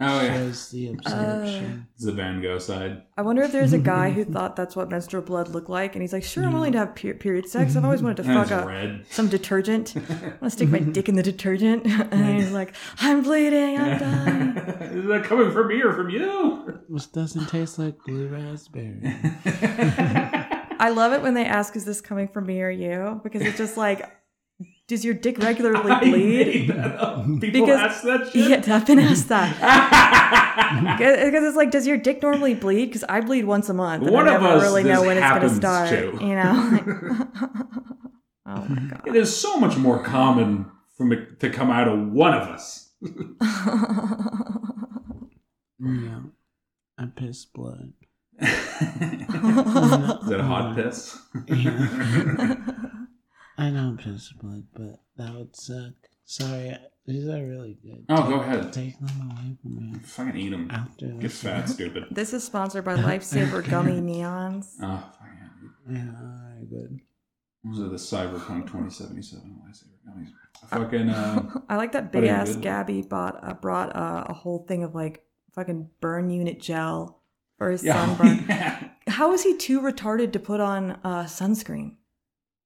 Oh yeah, shows the absorption. it's the Van Gogh side. I wonder if there's a guy who thought that's what menstrual blood looked like, and he's like, sure, I'm willing to have per- period sex. I've always wanted to Mm. That's Mm-hmm. fuck up red. some detergent. I'm gonna stick my dick in the detergent. and he's like, I'm bleeding, I'm dying. Is that coming from me or from you? Which doesn't taste like blue raspberry. I love it when they ask, is this coming from me or you? Because it's just like, does your dick regularly I bleed? made that up. People Because- ask that shit. Yeah, I've been asked that. One Because it's like, does your dick normally bleed? Because I bleed once a month. And I of never us really this know when it's going happens to start. to. You know? oh my it is so much more common for it to come out of one of us. yeah. I piss blood. is god. that a hot piss? Yeah. I don't piss blood, but that would suck. Sorry, I- these are really good. Oh, Take- go ahead. Take them away from me Fucking eat them. after Get this. fat, stupid. This is sponsored by Lifesaver Gummy Neons. Oh, fucking. Yeah, all right, good. Those are the Cyberpunk 2077 lightsaber gummies. Fucking. Uh, I like that But big ass anyway. Gabby bought uh, brought uh, a whole thing of like fucking burn unit gel for his sunburn. yeah. How is he too retarded to put on uh, sunscreen?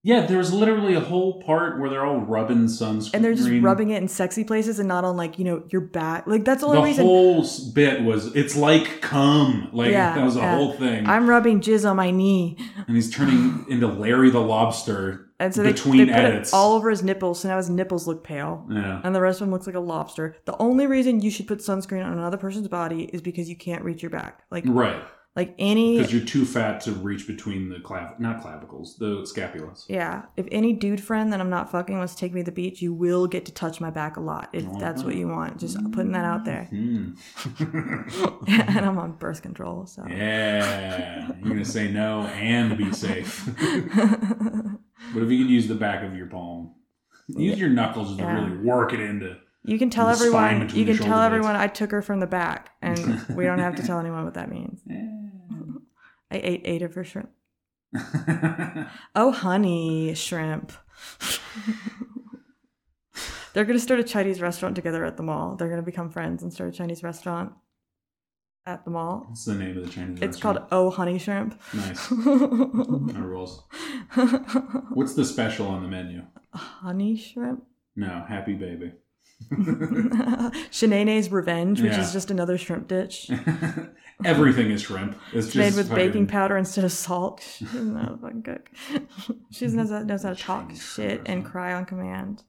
Yeah, there was literally a whole part where they're all rubbing sunscreen. And they're just rubbing it in sexy places and not on like you know your back. Like that's the only The reason whole s- bit was it's like cum. Like Yeah, that was a yeah. whole thing. I'm rubbing jizz on my knee. and he's turning into Larry the Lobster. And so they, Between they put edits. it all over his nipples, so now his nipples look pale. Yeah. And the rest of him looks like a lobster. The only reason you should put sunscreen on another person's body is because you can't reach your back. Like Right. like any Because you're too fat to reach between the clav not clavicles, the scapulas. Yeah. If any dude friend that I'm not fucking wants to take me to the beach, you will get to touch my back a lot. If Oh, that's what you want. Just putting that out there. Hmm. and I'm on birth control, so yeah. You're gonna say no and be safe. but if you could use the back of your palm. Use your knuckles to Yeah. really work it into you can tell The spine everyone between you can the tell shoulder blades. everyone I took her from the back and we don't have to tell anyone what that means. I ate eight of her shrimp. Oh honey, shrimp. They're gonna start a Chinese restaurant together at the mall. They're gonna become friends and start a Chinese restaurant at the mall. What's the name of the Chinese It's called restaurant? Oh Honey Shrimp. Nice. That rules. What's the special on the menu? honey shrimp. No, Happy Baby. Shanane's Revenge, which Yeah. is just another shrimp ditch Everything is shrimp. It's just made with fucking- baking powder instead of salt. She doesn't know how to fucking cook. She knows how, knows how to talk Chinese shrimp shit and restaurant. cry on command.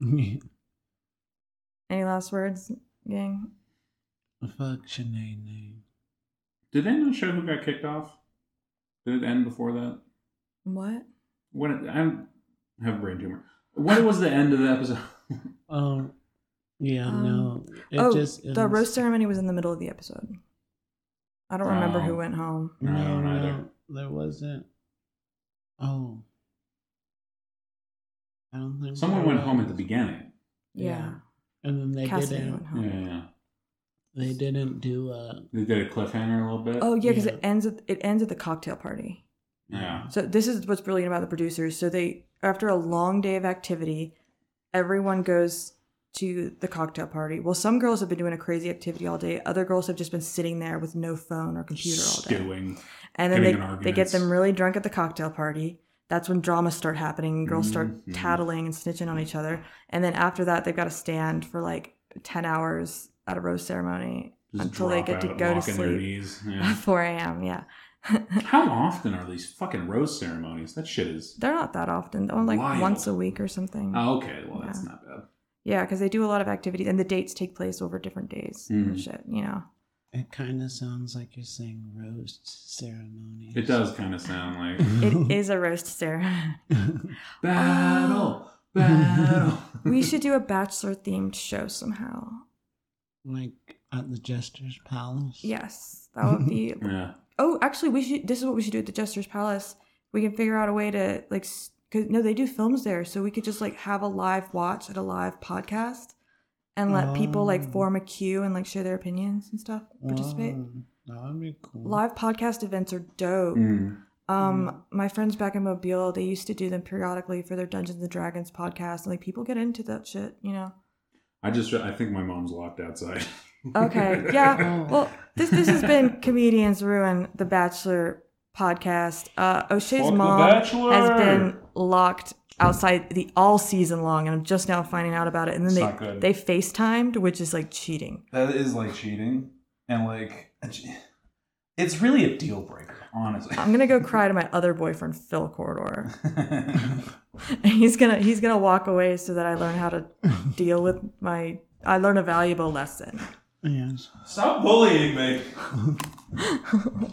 Any last words, gang? Fuck Shanae name. Did anyone show who got kicked off? Did it end before that? What? When it, I have a brain tumor. When was the end of the episode? Oh, yeah, Um, no. It oh, just the ends- roast ceremony was in the middle of the episode. I don't remember Oh. who went home. I No, don't no, either. there wasn't. Oh, I don't think Someone there went home at the was. beginning. Yeah. and then they Cassidy went didn't. Yeah, home. yeah. yeah. They didn't do a. They did a cliffhanger a little bit. Oh yeah, because Yeah. it ends at it ends at the cocktail party. Yeah. So this is what's brilliant about the producers. So they after a long day of activity, everyone goes to the cocktail party. Well, some girls have been doing a crazy activity all day. Other girls have just been sitting there with no phone or computer all day. Stewing. And then getting they in they get arguments. them really drunk at the cocktail party. that's when dramas start happening. Girls start Mhm. tattling and snitching on each other. And then after that, they've got to stand for like 10 hours at a rose ceremony Until they drop get to out, go to walk on their sleep. knees. at Yeah. 4 a.m. Yeah. How often are these fucking rose ceremonies? That shit is. They're not that often. They're like Wild. once a week or something. Oh, okay. Well, that's not bad. Yeah, because they do a lot of activities and the dates take place over different days and Mhm. shit, you know. It kind of sounds like you're saying roast ceremony. It does kind of sound like It is a roast ceremony. battle, battle. we should do a bachelor themed show somehow. like at the Jester's Palace. Yes, that would be. Yeah. Oh, actually, we should. This is what we should do at the Jester's Palace. We can figure out a way to like. s- Cause no, they do films there, so we could just like have a live watch at a live podcast, and let people Oh. like form a queue and like share their opinions and stuff. Participate. Oh. Wow, that would be cool. Live podcast events are dope. Mm. Um, my friends back in Mobile, they used to do them periodically for their Dungeons and Dragons podcast, and like people get into that shit, you know. I just I think my mom's locked outside. Okay, yeah, Well, this this has been comedians ruin the Bachelor podcast. Uh, O'Shea's Fuck the mom Bachelor. has been locked outside the all season long, and I'm just now finding out about it. And It's then not good. they they FaceTimed, which is like cheating. That is like cheating, and like it's really a deal breaker, honestly. I'm gonna go cry to my other boyfriend, Phil Corridor. he's gonna he's gonna walk away so that I learn how to deal with my. I learn a valuable lesson. yes. Stop bullying me.